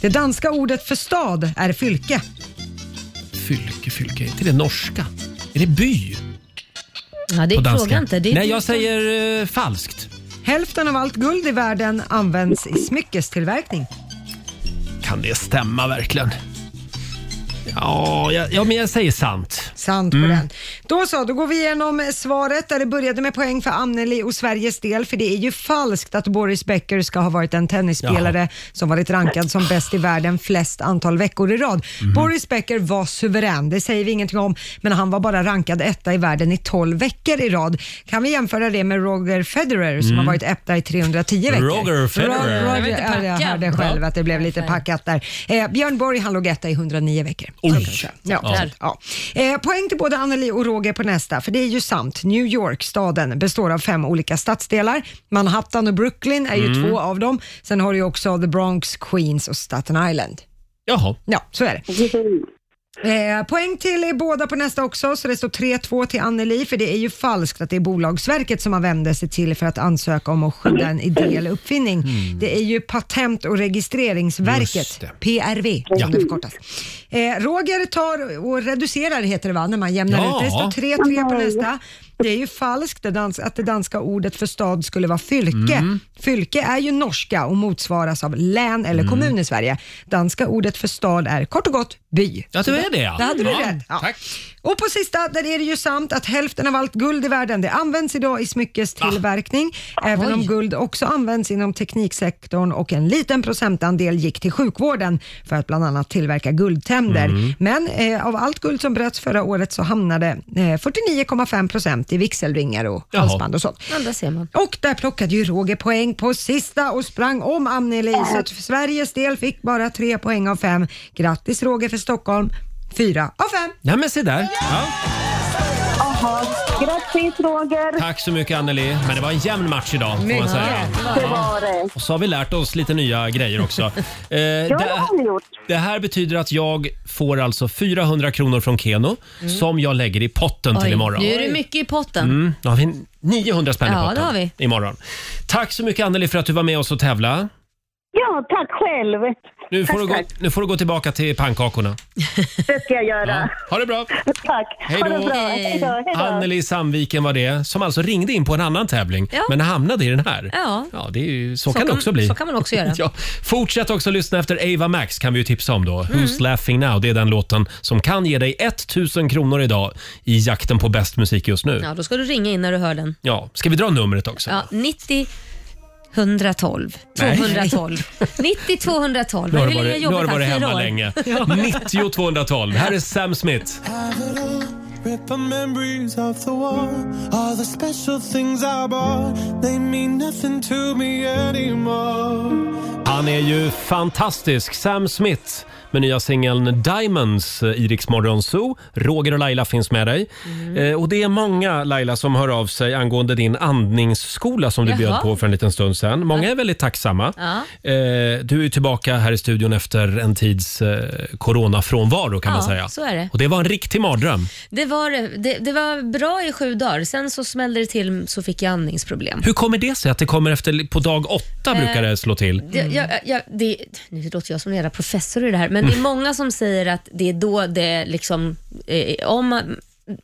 S2: Det danska ordet för stad är fylke.
S1: Fylke, fylke, är inte det norska? Är det by?
S5: Ja,
S1: på danska? Nej, jag säger eh, falskt.
S2: Hälften av allt guld i världen används i smyckestillverkning.
S1: Kan det stämma verkligen? Ja, jag, ja men jag säger sant.
S2: Sant
S1: Mm.
S2: på den. Då så, då går vi igenom svaret där det började med poäng för Anneli och Sveriges del, för det är ju falskt att Boris Becker ska ha varit en tennisspelare som varit rankad som bäst i världen flest antal veckor i rad.
S1: Mhm.
S2: Boris Becker var suverän, det säger vi ingenting om, men han var bara rankad etta i världen i 12 veckor i rad. Kan vi jämföra det med Roger Federer som
S1: Mm.
S2: har varit etta i 310 veckor?
S1: Roger Federer.
S2: Ro-
S1: Jag var
S2: Roger,
S1: lite
S2: ja, jag
S1: packad.
S2: hörde själv
S1: Ja.
S2: att det blev lite packat där. Eh, Björn Borg han låg etta i 109 veckor.
S1: Oj!
S2: Ja,
S1: Ja.
S2: Ja. Eh, poäng till både Anneli och Roger på nästa, för det är ju sant. New York, staden, består av fem olika stadsdelar. Manhattan och Brooklyn är ju
S1: Mm.
S2: två av dem. Sen har du ju också The Bronx, Queens och Staten Island.
S1: Jaha.
S2: Ja, så är det. Eh, poäng till er båda på nästa också, så det står 3-2 till Anneli, för det är ju falskt att det är Bolagsverket som man vänder sig till för att ansöka om att skydda en idé eller uppfinning. Det är ju Patent och registreringsverket,
S1: Mm. Just det.
S2: PRV, som
S1: Ja.
S2: det förkortas. Eh, Roger tar och reducerar, heter det va, när man jämnar
S1: Ja.
S2: ut. Det står 3-3 på nästa. Det är ju falskt det dans- att det danska ordet för stad skulle vara fylke.
S1: Mm.
S2: Fylke är ju norska och motsvaras av län eller
S1: Mm.
S2: kommun i Sverige. Danska ordet för stad är kort och gott by.
S1: Ja, det
S2: Så
S1: är
S2: där-
S1: det, ja.
S2: Där hade du
S1: Ja,
S2: rätt. Ja. Och på sista, där är det ju sant att hälften av allt guld i världen det används idag i smyckestillverkning. Även om guld också används inom tekniksektorn och en liten procentandel gick till sjukvården för att bland annat tillverka guldtänder.
S16: Mm.
S2: Men eh, av allt guld som bröts förra året så hamnade eh, 49,5 procent i vigselringar och
S5: Jaha.
S2: halsband och sånt.
S5: Ja, där ser man.
S2: Och där plockade ju Roger poäng på sista och sprang om Anneli så att Sveriges del fick bara tre poäng av fem. Grattis Roger för Stockholm, fyra av fem.
S1: Nej men se där. Ja.
S2: Aha.
S15: Grattis Roger!
S1: Tack så mycket Anneli. Men det var en jämn match idag får man
S15: Mycket.
S1: säga.
S15: Det var det.
S1: Och så har vi lärt oss lite nya grejer också. Eh,
S15: Ja, det har ni gjort.
S1: det här betyder att jag får alltså 400 kronor från Keno
S5: Mm.
S1: som jag lägger i potten till
S5: Oj,
S1: imorgon.
S5: Nu är det mycket i potten.
S1: Mm, då har vi 900 spänn i
S5: Ja, det
S1: potten
S5: har vi.
S1: imorgon. Tack så mycket Anneli för att du var med oss och tävla.
S15: Ja, tack själv!
S1: Nu får,
S15: tack,
S1: du gå,
S15: tack.
S1: nu får du gå tillbaka till pannkakorna.
S15: Det ska jag göra.
S1: Ha det bra!
S15: (laughs) Tack!
S1: Hej
S15: Ha det
S1: då!
S15: bra. Hej då! Hej då!
S1: Anneli Sandviken var det, som alltså ringde in på en annan tävling
S5: Ja.
S1: men hamnade i den här.
S5: Ja.
S1: det är ju, så,
S5: Så
S1: kan det
S5: kan-
S1: också bli.
S5: så kan man också göra.
S1: (laughs) ja. Fortsätt också lyssna efter Ava Max kan vi ju tipsa om
S5: Mm.
S1: då. Who's laughing now? Det är den låten som kan ge dig 1000 kronor idag i jakten på bäst musik just nu.
S5: Ja,
S1: Ja.
S5: då ska du ringa in när du hör den.
S1: Ska vi dra numret också?
S5: Ja, 90 112
S1: Nej.
S5: 212
S1: (laughs)
S5: 90 212.
S1: Nu har
S5: Men
S1: du
S5: hur länge
S1: varit, nu har du
S5: jobbat
S1: varit
S5: här? Fyra
S1: hemma
S5: år?
S1: länge.
S5: (laughs) Ja.
S1: 90 212. Här är Sam Smith.
S16: Rip the memories of the war. All the special things I bought, they mean nothing to me anymore.
S1: Han är ju fantastisk, Sam Smith med nya singeln Diamonds eh, i Rix Morgon Zoo. Roger och Laila finns med dig.
S5: Mm.
S1: Eh, och det är många, Laila, som hör av sig angående din andningsskola som du
S5: Jaha.
S1: bjöd på för en liten stund sedan. Många är väldigt tacksamma.
S5: Ja.
S1: Eh, du är ju tillbaka här i studion efter en tids eh, coronafrånvaro kan
S5: Ja,
S1: man säga.
S5: så är det.
S1: Och det var en riktig mardröm.
S5: Det, var, det, det var bra i sju dagar, sen så smällde det till så fick jag andningsproblem.
S1: Hur kommer det sig att det kommer efter, på dag åtta
S5: Eh,
S1: brukar det slå till?
S5: Det, jag, jag, det, nu låter jag som en jävla professor i det här, men det är
S1: Mm.
S5: många som säger att det är då det liksom... Eh, om, man-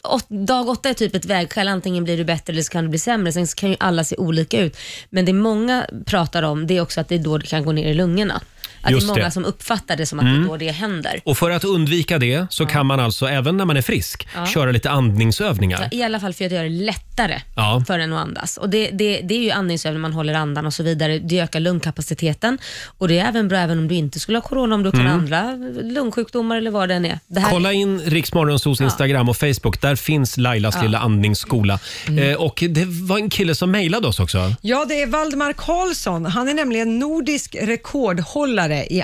S5: åt, dag åtta är typ ett vägskäl, antingen blir du bättre eller så kan du bli sämre. Sen så kan ju alla se olika ut. Men det många pratar om, det är också att det är då det kan gå ner i lungorna. Att
S1: Just
S5: det är många
S1: det.
S5: som uppfattar det som att
S1: Mm.
S5: det är då det händer.
S1: Och för att undvika det så kan man alltså även när man är frisk
S5: Ja.
S1: köra lite andningsövningar.
S5: I alla fall för att göra det lättare
S1: Ja.
S5: för en att andas. Och det, det, det är ju andningsövningar, man håller andan och så vidare. Det ökar lungkapaciteten och det är även bra även om du inte skulle ha corona, om du kan
S1: Mm.
S5: andra lungsjukdomar eller vad det än är. Det här,
S1: Kolla in Riksmorgonsos Instagram och Facebook. Där finns Lailas
S2: Ja.
S1: lilla andningsskola.
S5: Mm.
S1: Eh, och det var en kille som mejlade oss också.
S2: Ja, det är Valdemar Karlsson. Han är nämligen nordisk rekordhållare i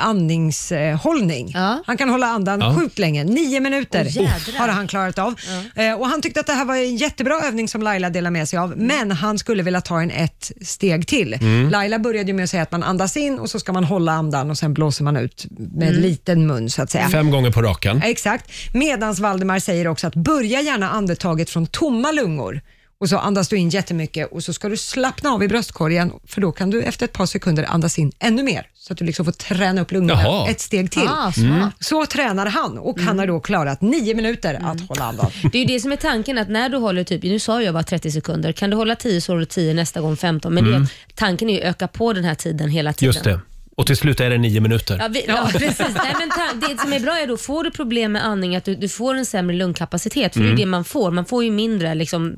S2: andningshållning. Han kan hålla andan
S17: Ja.
S2: sjukt länge, nio minuter
S17: Åh, jädrar.
S2: har han klarat av. Eh, Och han tyckte att det här var en jättebra övning som Laila delade med sig av, men han skulle vilja ta en ett steg till.
S17: Mm.
S2: Laila började ju med att säga att man andas in och så ska man hålla andan och sen blåser man ut med
S1: Mm.
S2: liten mun så att säga.
S1: Fem gånger på raken.
S2: Exakt. Medans Valdemar säger också att börja gärna andetaget från tomma lungor och så andas du in jättemycket och så ska du slappna av i bröstkorgen för då kan du efter ett par sekunder andas in ännu mer så att du liksom får träna upp lungorna
S5: Jaha.
S2: ett steg till.
S5: Ah, smart. Mm.
S2: Så tränar han och han har då klarat nio minuter
S5: Mm.
S2: att hålla andan.
S5: det är ju det som är tanken, att när du håller typ, nu sa jag bara 30 sekunder, kan du hålla 10 så håller du 10 nästa gång 15. Men
S1: Mm.
S5: det, tanken är ju att öka på den här tiden hela tiden.
S1: Just det. Och till slut är det nio minuter.
S5: Ja, vi, ja. (laughs) precis. Nej, men ta- det som är bra är då, får du problem med andning, att du, du får en sämre lungkapacitet, för det
S1: Mm.
S5: är det man får. Man får ju mindre, liksom,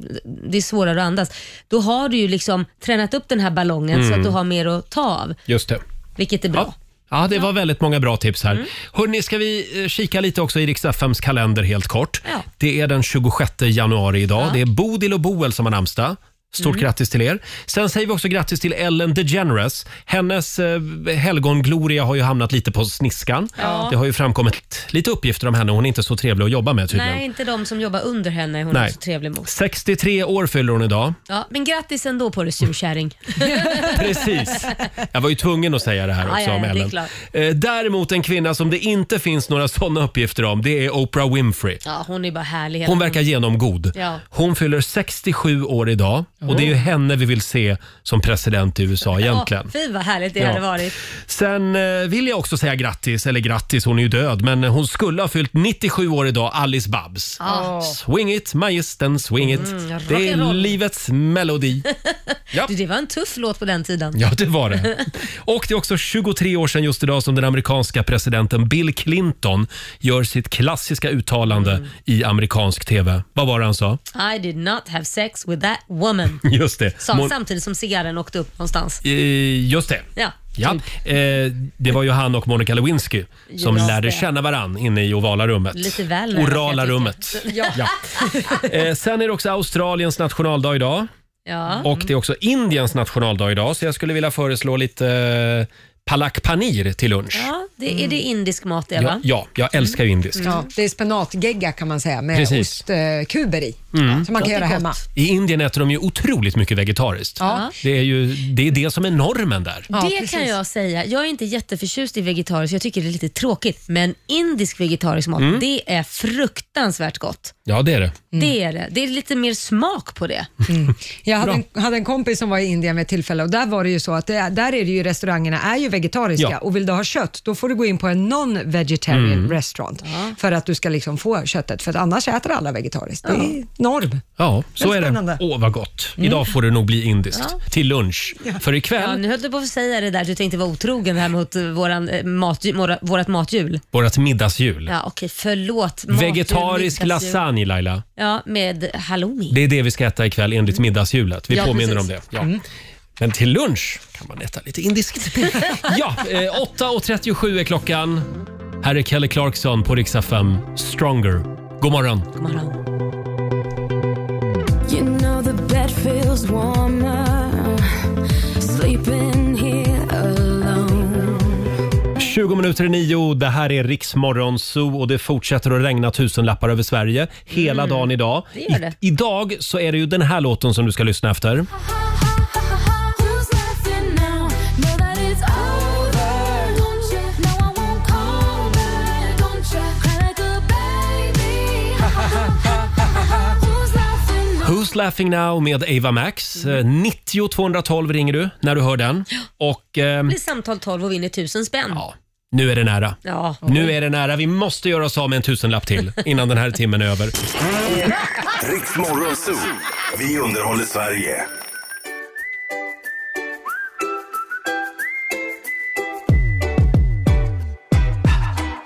S5: det är svårare att andas. Då har du ju liksom tränat upp den här ballongen så
S1: Mm.
S5: att du har mer att ta av,
S1: Just det.
S5: vilket är bra.
S1: Ja, det var väldigt många bra tips
S5: Mm.
S1: här. Hörrni, ska vi eh, kika lite också i Rix FMs kalender helt kort. Det är den 26 januari idag.
S5: Ja.
S1: Det är Bodil och Boel som har namnsdag. Stort
S5: Mm.
S1: grattis till er. Sen säger vi också grattis till Ellen DeGeneres. Hennes eh, helgongloria har ju hamnat lite på sniskan.
S5: Ja.
S1: Det har ju framkommit lite uppgifter om henne. Hon är inte så trevlig att jobba med tydligen.
S5: Nej, inte de som jobbar under henne är hon
S1: Nej.
S5: så trevlig mot.
S1: 63 år fyller hon idag.
S5: Ja, men grattis ändå på det surkärring.
S1: Precis. Jag var ju tvungen att säga det här
S5: Ja,
S1: också
S5: ja, ja,
S1: om
S5: det är
S1: Ellen.
S5: klart.
S1: Eh, Däremot en kvinna som det inte finns några sådana uppgifter om, det är Oprah Winfrey.
S5: Ja, hon är bara härlig.
S1: Hon verkar genomgod.
S5: Mm. Ja. Oh.
S1: Hon fyller 67 år idag och det är ju henne vi vill se som president i USA egentligen.
S5: Ja, fy vad härligt det
S1: Ja.
S5: hade varit.
S1: Sen eh, vill jag också säga grattis, eller grattis, hon är ju död, men hon skulle ha fyllt 97 år idag, Alice Babs.
S5: Ja.
S1: Swing it, magistern, swing it.
S5: Ah. Mm,
S1: det är
S5: rock'n'roll.
S1: livets
S5: (laughs)
S1: melodi.
S5: Du, det var en tuff låt på den tiden.
S1: Ja, det var det. Och det är också 23 år sedan just idag som den amerikanska presidenten Bill Clinton gör sitt klassiska uttalande
S5: Mm.
S1: i amerikansk tv. Vad var det han
S5: (laughs)
S1: sa?
S5: I did not have sex with that woman.
S1: Just det.
S5: Sa han
S1: Mon-
S5: samtidigt som cigarren åkte upp någonstans.
S1: Eh, Just det.
S5: Ja. typ.
S1: Ja, eh, det var ju han och Monica Lewinsky som
S5: Just
S1: lärde
S5: det.
S1: känna varann inne i ovala rummet.
S5: Lite väl nära,
S1: Orala
S5: kan jag
S1: rummet.
S5: tycka. Ja.
S1: (laughs) Ja. Eh, sen är det också Australiens nationaldag idag.
S5: Mm. Ja.
S1: Och det är också Indiens nationaldag idag, så jag skulle vilja föreslå lite eh, palak panir till lunch.
S5: Ja, det, är det indisk mat det
S1: Mm. Ja,
S5: va? Mm.
S1: ja jag älskar ju indiskt.
S2: Ja, det är spenatgegga kan man säga med
S1: Precis.
S2: ostkuber i.
S1: Mm.
S2: Som man kan göra hemma.
S1: I Indien äter de ju otroligt mycket vegetariskt.
S5: Ja.
S1: Det, är ju, det är det som är normen där.
S5: det kan jag säga. Jag är inte jätteförtjust i vegetariskt. Jag tycker det är lite tråkigt. Men indisk vegetarisk mat,
S1: Mm.
S5: det är fruktansvärt gott.
S1: Ja, det är det.
S5: Det är det. Det är lite mer smak på det.
S1: Mm.
S2: Jag hade
S5: Bra.
S2: en, hade en kompis som var i Indien vid ett tillfälle och där var det ju så att det, är- där är det ju restaurangerna är ju vegetariska
S5: Ja.
S2: och vill du ha kött då får du gå in på en non-vegetarian
S1: Mm.
S2: restaurant för att du ska liksom få köttet för att annars äter alla vegetariskt. Det är norm.
S1: Ja, så
S2: Men
S1: är det.
S2: spännande.
S1: Åh, vad gott.
S2: Mm.
S1: Idag får det nog bli indiskt
S5: Ja.
S1: till lunch. För
S5: Ja,
S1: ikväll,
S5: nu höll du på att säga det där du tänkte vara otrogen här mot eh, våran, eh, mat, våra, vårat matjul.
S1: vårt middagshjul.
S5: Ja, okej, förlåt. Matjul,
S1: Vegetarisk
S5: middagsjul.
S1: lasagne, Laila.
S5: Ja, med halloumi.
S1: Det är det vi ska äta ikväll enligt middagshjulet. Vi
S5: Mm. Ja,
S1: påminner
S5: precis.
S1: om det. Ja.
S5: Mm.
S1: Men till lunch kan man äta lite
S5: (laughs)
S1: indiskt. ja, eh, 8.37 är klockan. Här är Kelly Clarkson på riksdag 5, Stronger. God morgon.
S5: God morgon.
S13: You know the bed feels warmer sleeping here alone.
S1: 20 minuter i nio, det här är Riksmorgon Zoo och det fortsätter att regna tusenlappar över Sverige hela
S5: Mm.
S1: dagen idag.
S5: Det gör det.
S1: I, idag så är det ju den här låten som du ska lyssna efter.
S4: Who's laughing now? Know that it's over, don't you? No, I won't call back, don't you? Cry like a baby. (laughs) Ha, ha, ha, ha, ha, ha. Who's laughing now?
S1: Who's laughing now med Ava Max.
S5: Mm.
S1: Eh, 90 212 ringer du när du hör den. Och
S5: Det
S1: ehm,
S5: blir samtal 12 och vinner tusen spänn. Ja.
S1: nu är det nära.
S5: ja.
S1: Nu är det nära. Vi måste göra oss av med en tusenlapp till innan den här timmen är över.
S3: Riks Morgonzoo. Vi underhåller Sverige.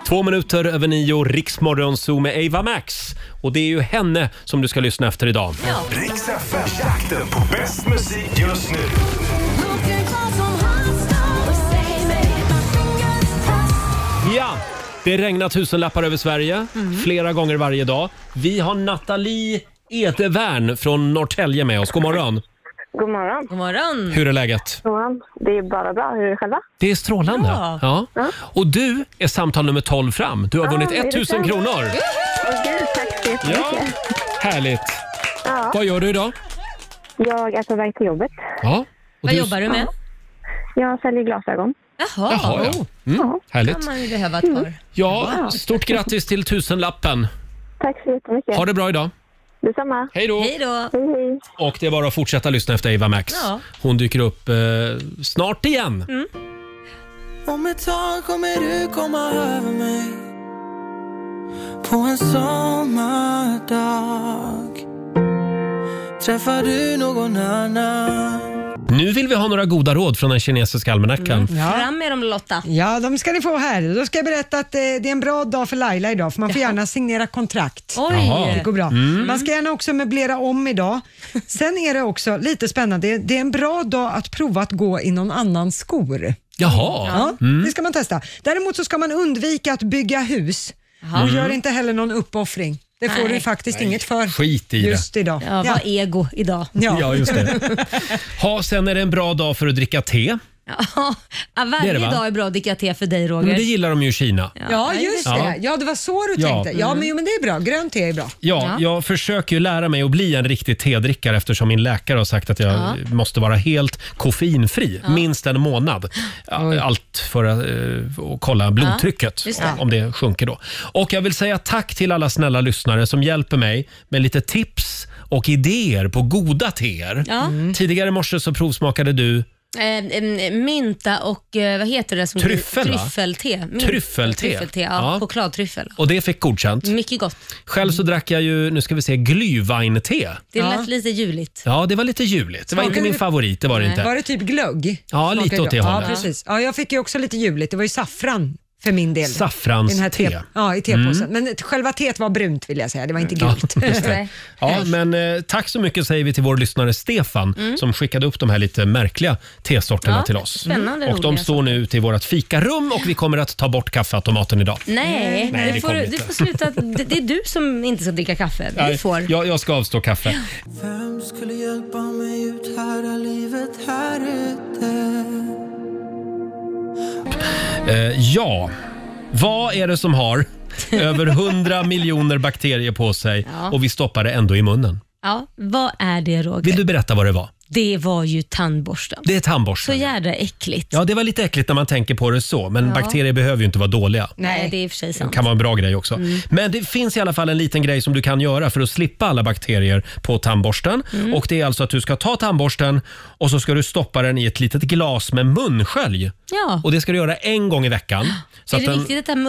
S1: Två minuter över nio, Riksmorgon Zoo med Ava Max. Och det är ju henne som du ska lyssna efter idag.
S3: Riks FM, jakten på bäst musik just nu.
S1: Ja! Det regnar tusenlappar över Sverige
S17: Mhm.
S1: flera gånger varje dag. Vi har Nathalie Edevärn från Norrtälje med oss. God morgon!
S17: God morgon.
S5: God morgon.
S1: Hur är läget?
S17: God morgon. Det är bara bra. Hur är det själva?
S1: Det är strålande.
S17: Bra.
S1: Ja. Och du är samtal nummer 12 fram. Du har vunnit
S17: är det
S1: 1000
S17: sant?
S1: kronor.
S17: Åh, gud, tack så
S1: Ja.
S17: jättemycket.
S1: Härligt.
S17: Ja.
S1: Vad gör du idag?
S17: Jag är på väg till jobbet.
S1: Ja. Och du-
S17: Jag säljer glasögon.
S5: Jaha.
S1: Jaha,
S17: Oh.
S1: ja. Mm, härligt.
S5: kan man ju behöva ett par.
S1: Ja,
S5: Wow.
S1: stort grattis till tusenlappen.
S17: Tack så jättemycket.
S1: Ha det bra idag.
S17: Detsamma.
S1: Hej då.
S5: Hej då.
S17: Hej,
S1: Och det är bara att fortsätta lyssna efter Eva Max.
S17: Ja.
S1: Hon dyker upp eh, snart igen.
S7: Om ett tag kommer du komma över mig På en sommardag Träffar du någon annan
S1: Nu vill vi ha några goda råd från den kinesiska almanackan.
S5: Fram med dem Lotta.
S2: Ja, de ska ni få här. Då ska jag berätta att eh, det är en bra dag för Laila idag för man får gärna signera kontrakt.
S5: Oj. Jaha.
S2: Det går bra.
S5: Mm.
S2: Man ska gärna också möblera om idag. Sen är det också lite spännande, det är- det är en bra dag att prova att gå i någon annans skor.
S1: Jaha.
S2: Ja,
S1: Mm.
S2: Det ska man testa. Däremot så ska man undvika att bygga hus
S1: Jaha.
S2: och gör
S1: Mm.
S2: inte heller någon uppoffring. Det får
S5: Nej.
S2: du faktiskt
S1: Nej.
S2: inget för
S1: Skit i det.
S2: just idag.
S5: Ja, vad ego idag? (laughs)
S1: Ja. just det. Ha, sen är det en bra dag för att dricka te.
S5: Ja,
S1: Det
S5: varje
S1: är det, va?
S5: dag är bra att dricka te för dig Roger.
S1: Men det gillar de ju i Kina.
S2: Ja, just det. Ja, det var så du
S1: Ja.
S2: tänkte. Ja,
S1: Mm.
S2: men, jo, men det är bra. Grönt te är bra.
S1: Ja, jag försöker ju lära mig att bli en riktig tedrickare eftersom min läkare har sagt att jag
S2: Ja.
S1: måste vara helt koffeinfri, minst en månad. Ja, Allt för att eh, att kolla blodtrycket,
S5: just det.
S1: om det sjunker då. Och jag vill säga tack till alla snälla lyssnare som hjälper mig med lite tips och idéer på goda teer.
S5: Ja.
S1: Mm. Tidigare i morse så provsmakade du
S5: Eh, eh, mynta och eh, vad heter det? Som
S1: Tryffel, va?
S5: Tryffelte. Mynta-
S1: Tryffelte.
S5: Tryffelte, ja.
S1: Ja.
S5: Chokladtryffel.
S1: och det fick godkänt.
S5: Mycket gott.
S1: Själv så drack jag ju, nu ska vi se, glühwein-te.
S5: Det lät lite juligt.
S1: Ja, det var lite juligt. Det var inte
S2: Smakade
S1: min
S2: det-
S1: favorit, det var det inte.
S2: Var det typ glögg?
S1: Ja,
S2: Smakade
S1: lite åt det
S2: då.
S1: hållet.
S2: Ja, precis. Ja, jag fick ju också lite juligt. Det var ju saffran för min del.
S1: Saffrans
S2: I den här
S1: te.
S2: Ja, i tepåsen.
S1: Mm.
S2: Men själva teet var brunt vill jag säga. Det var inte
S1: Ja, (laughs)
S2: gult. (laughs)
S1: just det. Ja, men eh, tack så mycket säger vi till vår lyssnare Stefan
S2: Mm.
S1: som skickade upp de här lite märkliga tesorterna
S5: Ja,
S1: till oss. Mm.
S5: spännande,
S1: och de
S5: roliga
S1: står nu ute i vårt fikarum och vi kommer att ta bort kaffeautomaten idag.
S5: Mm. Nej,
S1: Nej
S5: du,
S1: det
S5: får,
S1: kommer vi
S5: du
S1: inte.
S5: får sluta. Det, det är du som inte ska dricka kaffe. Vi
S1: Nej,
S5: får.
S1: Jag, jag ska avstå kaffe.
S7: Vem skulle hjälpa mig ut här är livet här ute
S5: (laughs)
S1: Eh, ja, vad är det som har över 100 miljoner bakterier på sig
S5: Ja.
S1: och vi stoppar det ändå i munnen.
S5: Ja, vad är det Roger?
S1: Vill du berätta vad det var?
S5: Det var ju tandborsten.
S1: Det är tandborsten.
S5: Så jädra äckligt.
S1: Ja, det var lite äckligt när man tänker på det så, men
S5: Ja.
S1: bakterier behöver ju inte vara dåliga.
S5: Nej, det är i och för sig sant.
S1: Det kan vara en bra grej också.
S5: Mm.
S1: Men det finns i alla fall en liten grej som du kan göra för att slippa alla bakterier på tandborsten.
S5: Mm.
S1: Och det är alltså att du ska ta tandborsten och så ska du stoppa den i ett litet glas med munskölj.
S5: Ja.
S1: Och det ska du göra en gång i veckan.
S5: (gasps) är det
S1: den-
S5: viktigt att det här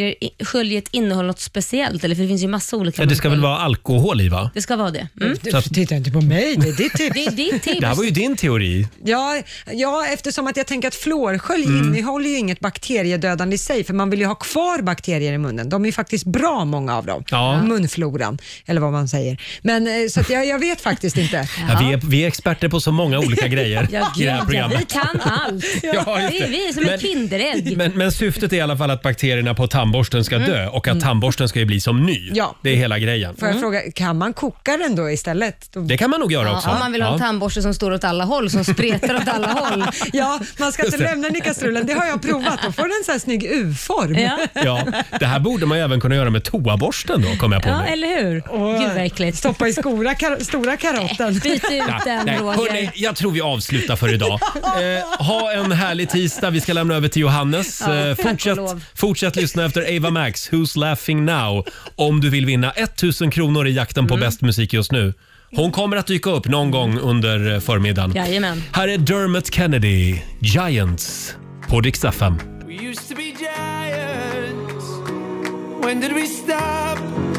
S5: munsköljet innehåller något speciellt? Eller? För det finns ju massa olika
S1: ja, det ska väl
S5: munskölj.
S1: vara alkohol i va?
S5: Det ska vara det. Mm.
S1: Så att-
S2: Titta inte på mig, det är ditt tips.
S5: Det är typ ditt tips.
S1: Det här var ju din teori.
S2: Ja, ja, eftersom att jag tänker att fluorskölj
S1: Mm.
S2: innehåller ju inget bakteriedödande i sig, för man vill ju ha kvar bakterier i munnen. De är ju faktiskt bra, många av dem.
S1: Ja.
S2: Munfloran, eller vad man säger. Men, eh, så att jag, jag vet
S1: (laughs)
S2: faktiskt inte.
S1: Ja, vi, är, vi är experter på så många olika
S5: (laughs)
S1: grejer i det här programmet.
S5: kan allt.
S1: (laughs) Ja, just det.
S5: vi, vi är som
S1: Men-
S5: ett Kinderägg.
S1: Men, men syftet är i alla fall att bakterierna på tandborsten ska
S2: Mm.
S1: dö och att
S2: Mm.
S1: tandborsten ska ju bli som ny.
S2: Ja.
S1: Det är hela grejen.
S2: Får jag fråga, kan man koka den då istället? Då-
S1: Mm. Det kan man nog göra
S5: Ja,
S1: också.
S5: Om man vill ha en
S1: Ja.
S5: tandborste som står åt alla håll, som spretar åt
S1: (laughs)
S5: alla håll.
S2: Ja, man ska
S1: Just
S2: inte
S1: det.
S2: lämna den i kastrullen. Det har jag provat. Då får den en sån här snygg U-form.
S1: Ja, det här borde man ju även kunna göra med toaborsten då, kom jag på nu.
S5: eller hur? Gud vad äckligt.
S2: Stoppa i skora, kar- stora karotten.
S5: Byt ut
S1: Ja, nej, hörni, jag tror vi avslutar för
S5: (laughs)
S1: idag. Eh, ha en härlig tisdag. Vi ska lämna över till Johannes.
S5: Ja,
S1: Eh,
S5: tack och
S1: fortsätt,
S5: lov.
S1: fortsätt lyssna efter Ava Max, Who's laughing now? Om du vill vinna 1000 kronor i jakten
S5: Mm.
S1: på bäst musik just nu. Hon kommer att dyka upp någon gång under eh, förmiddagen.
S5: Jajamän.
S1: Här är Dermot Kennedy, Giants, på Dix FM.
S7: We used to be giants. When did we stop?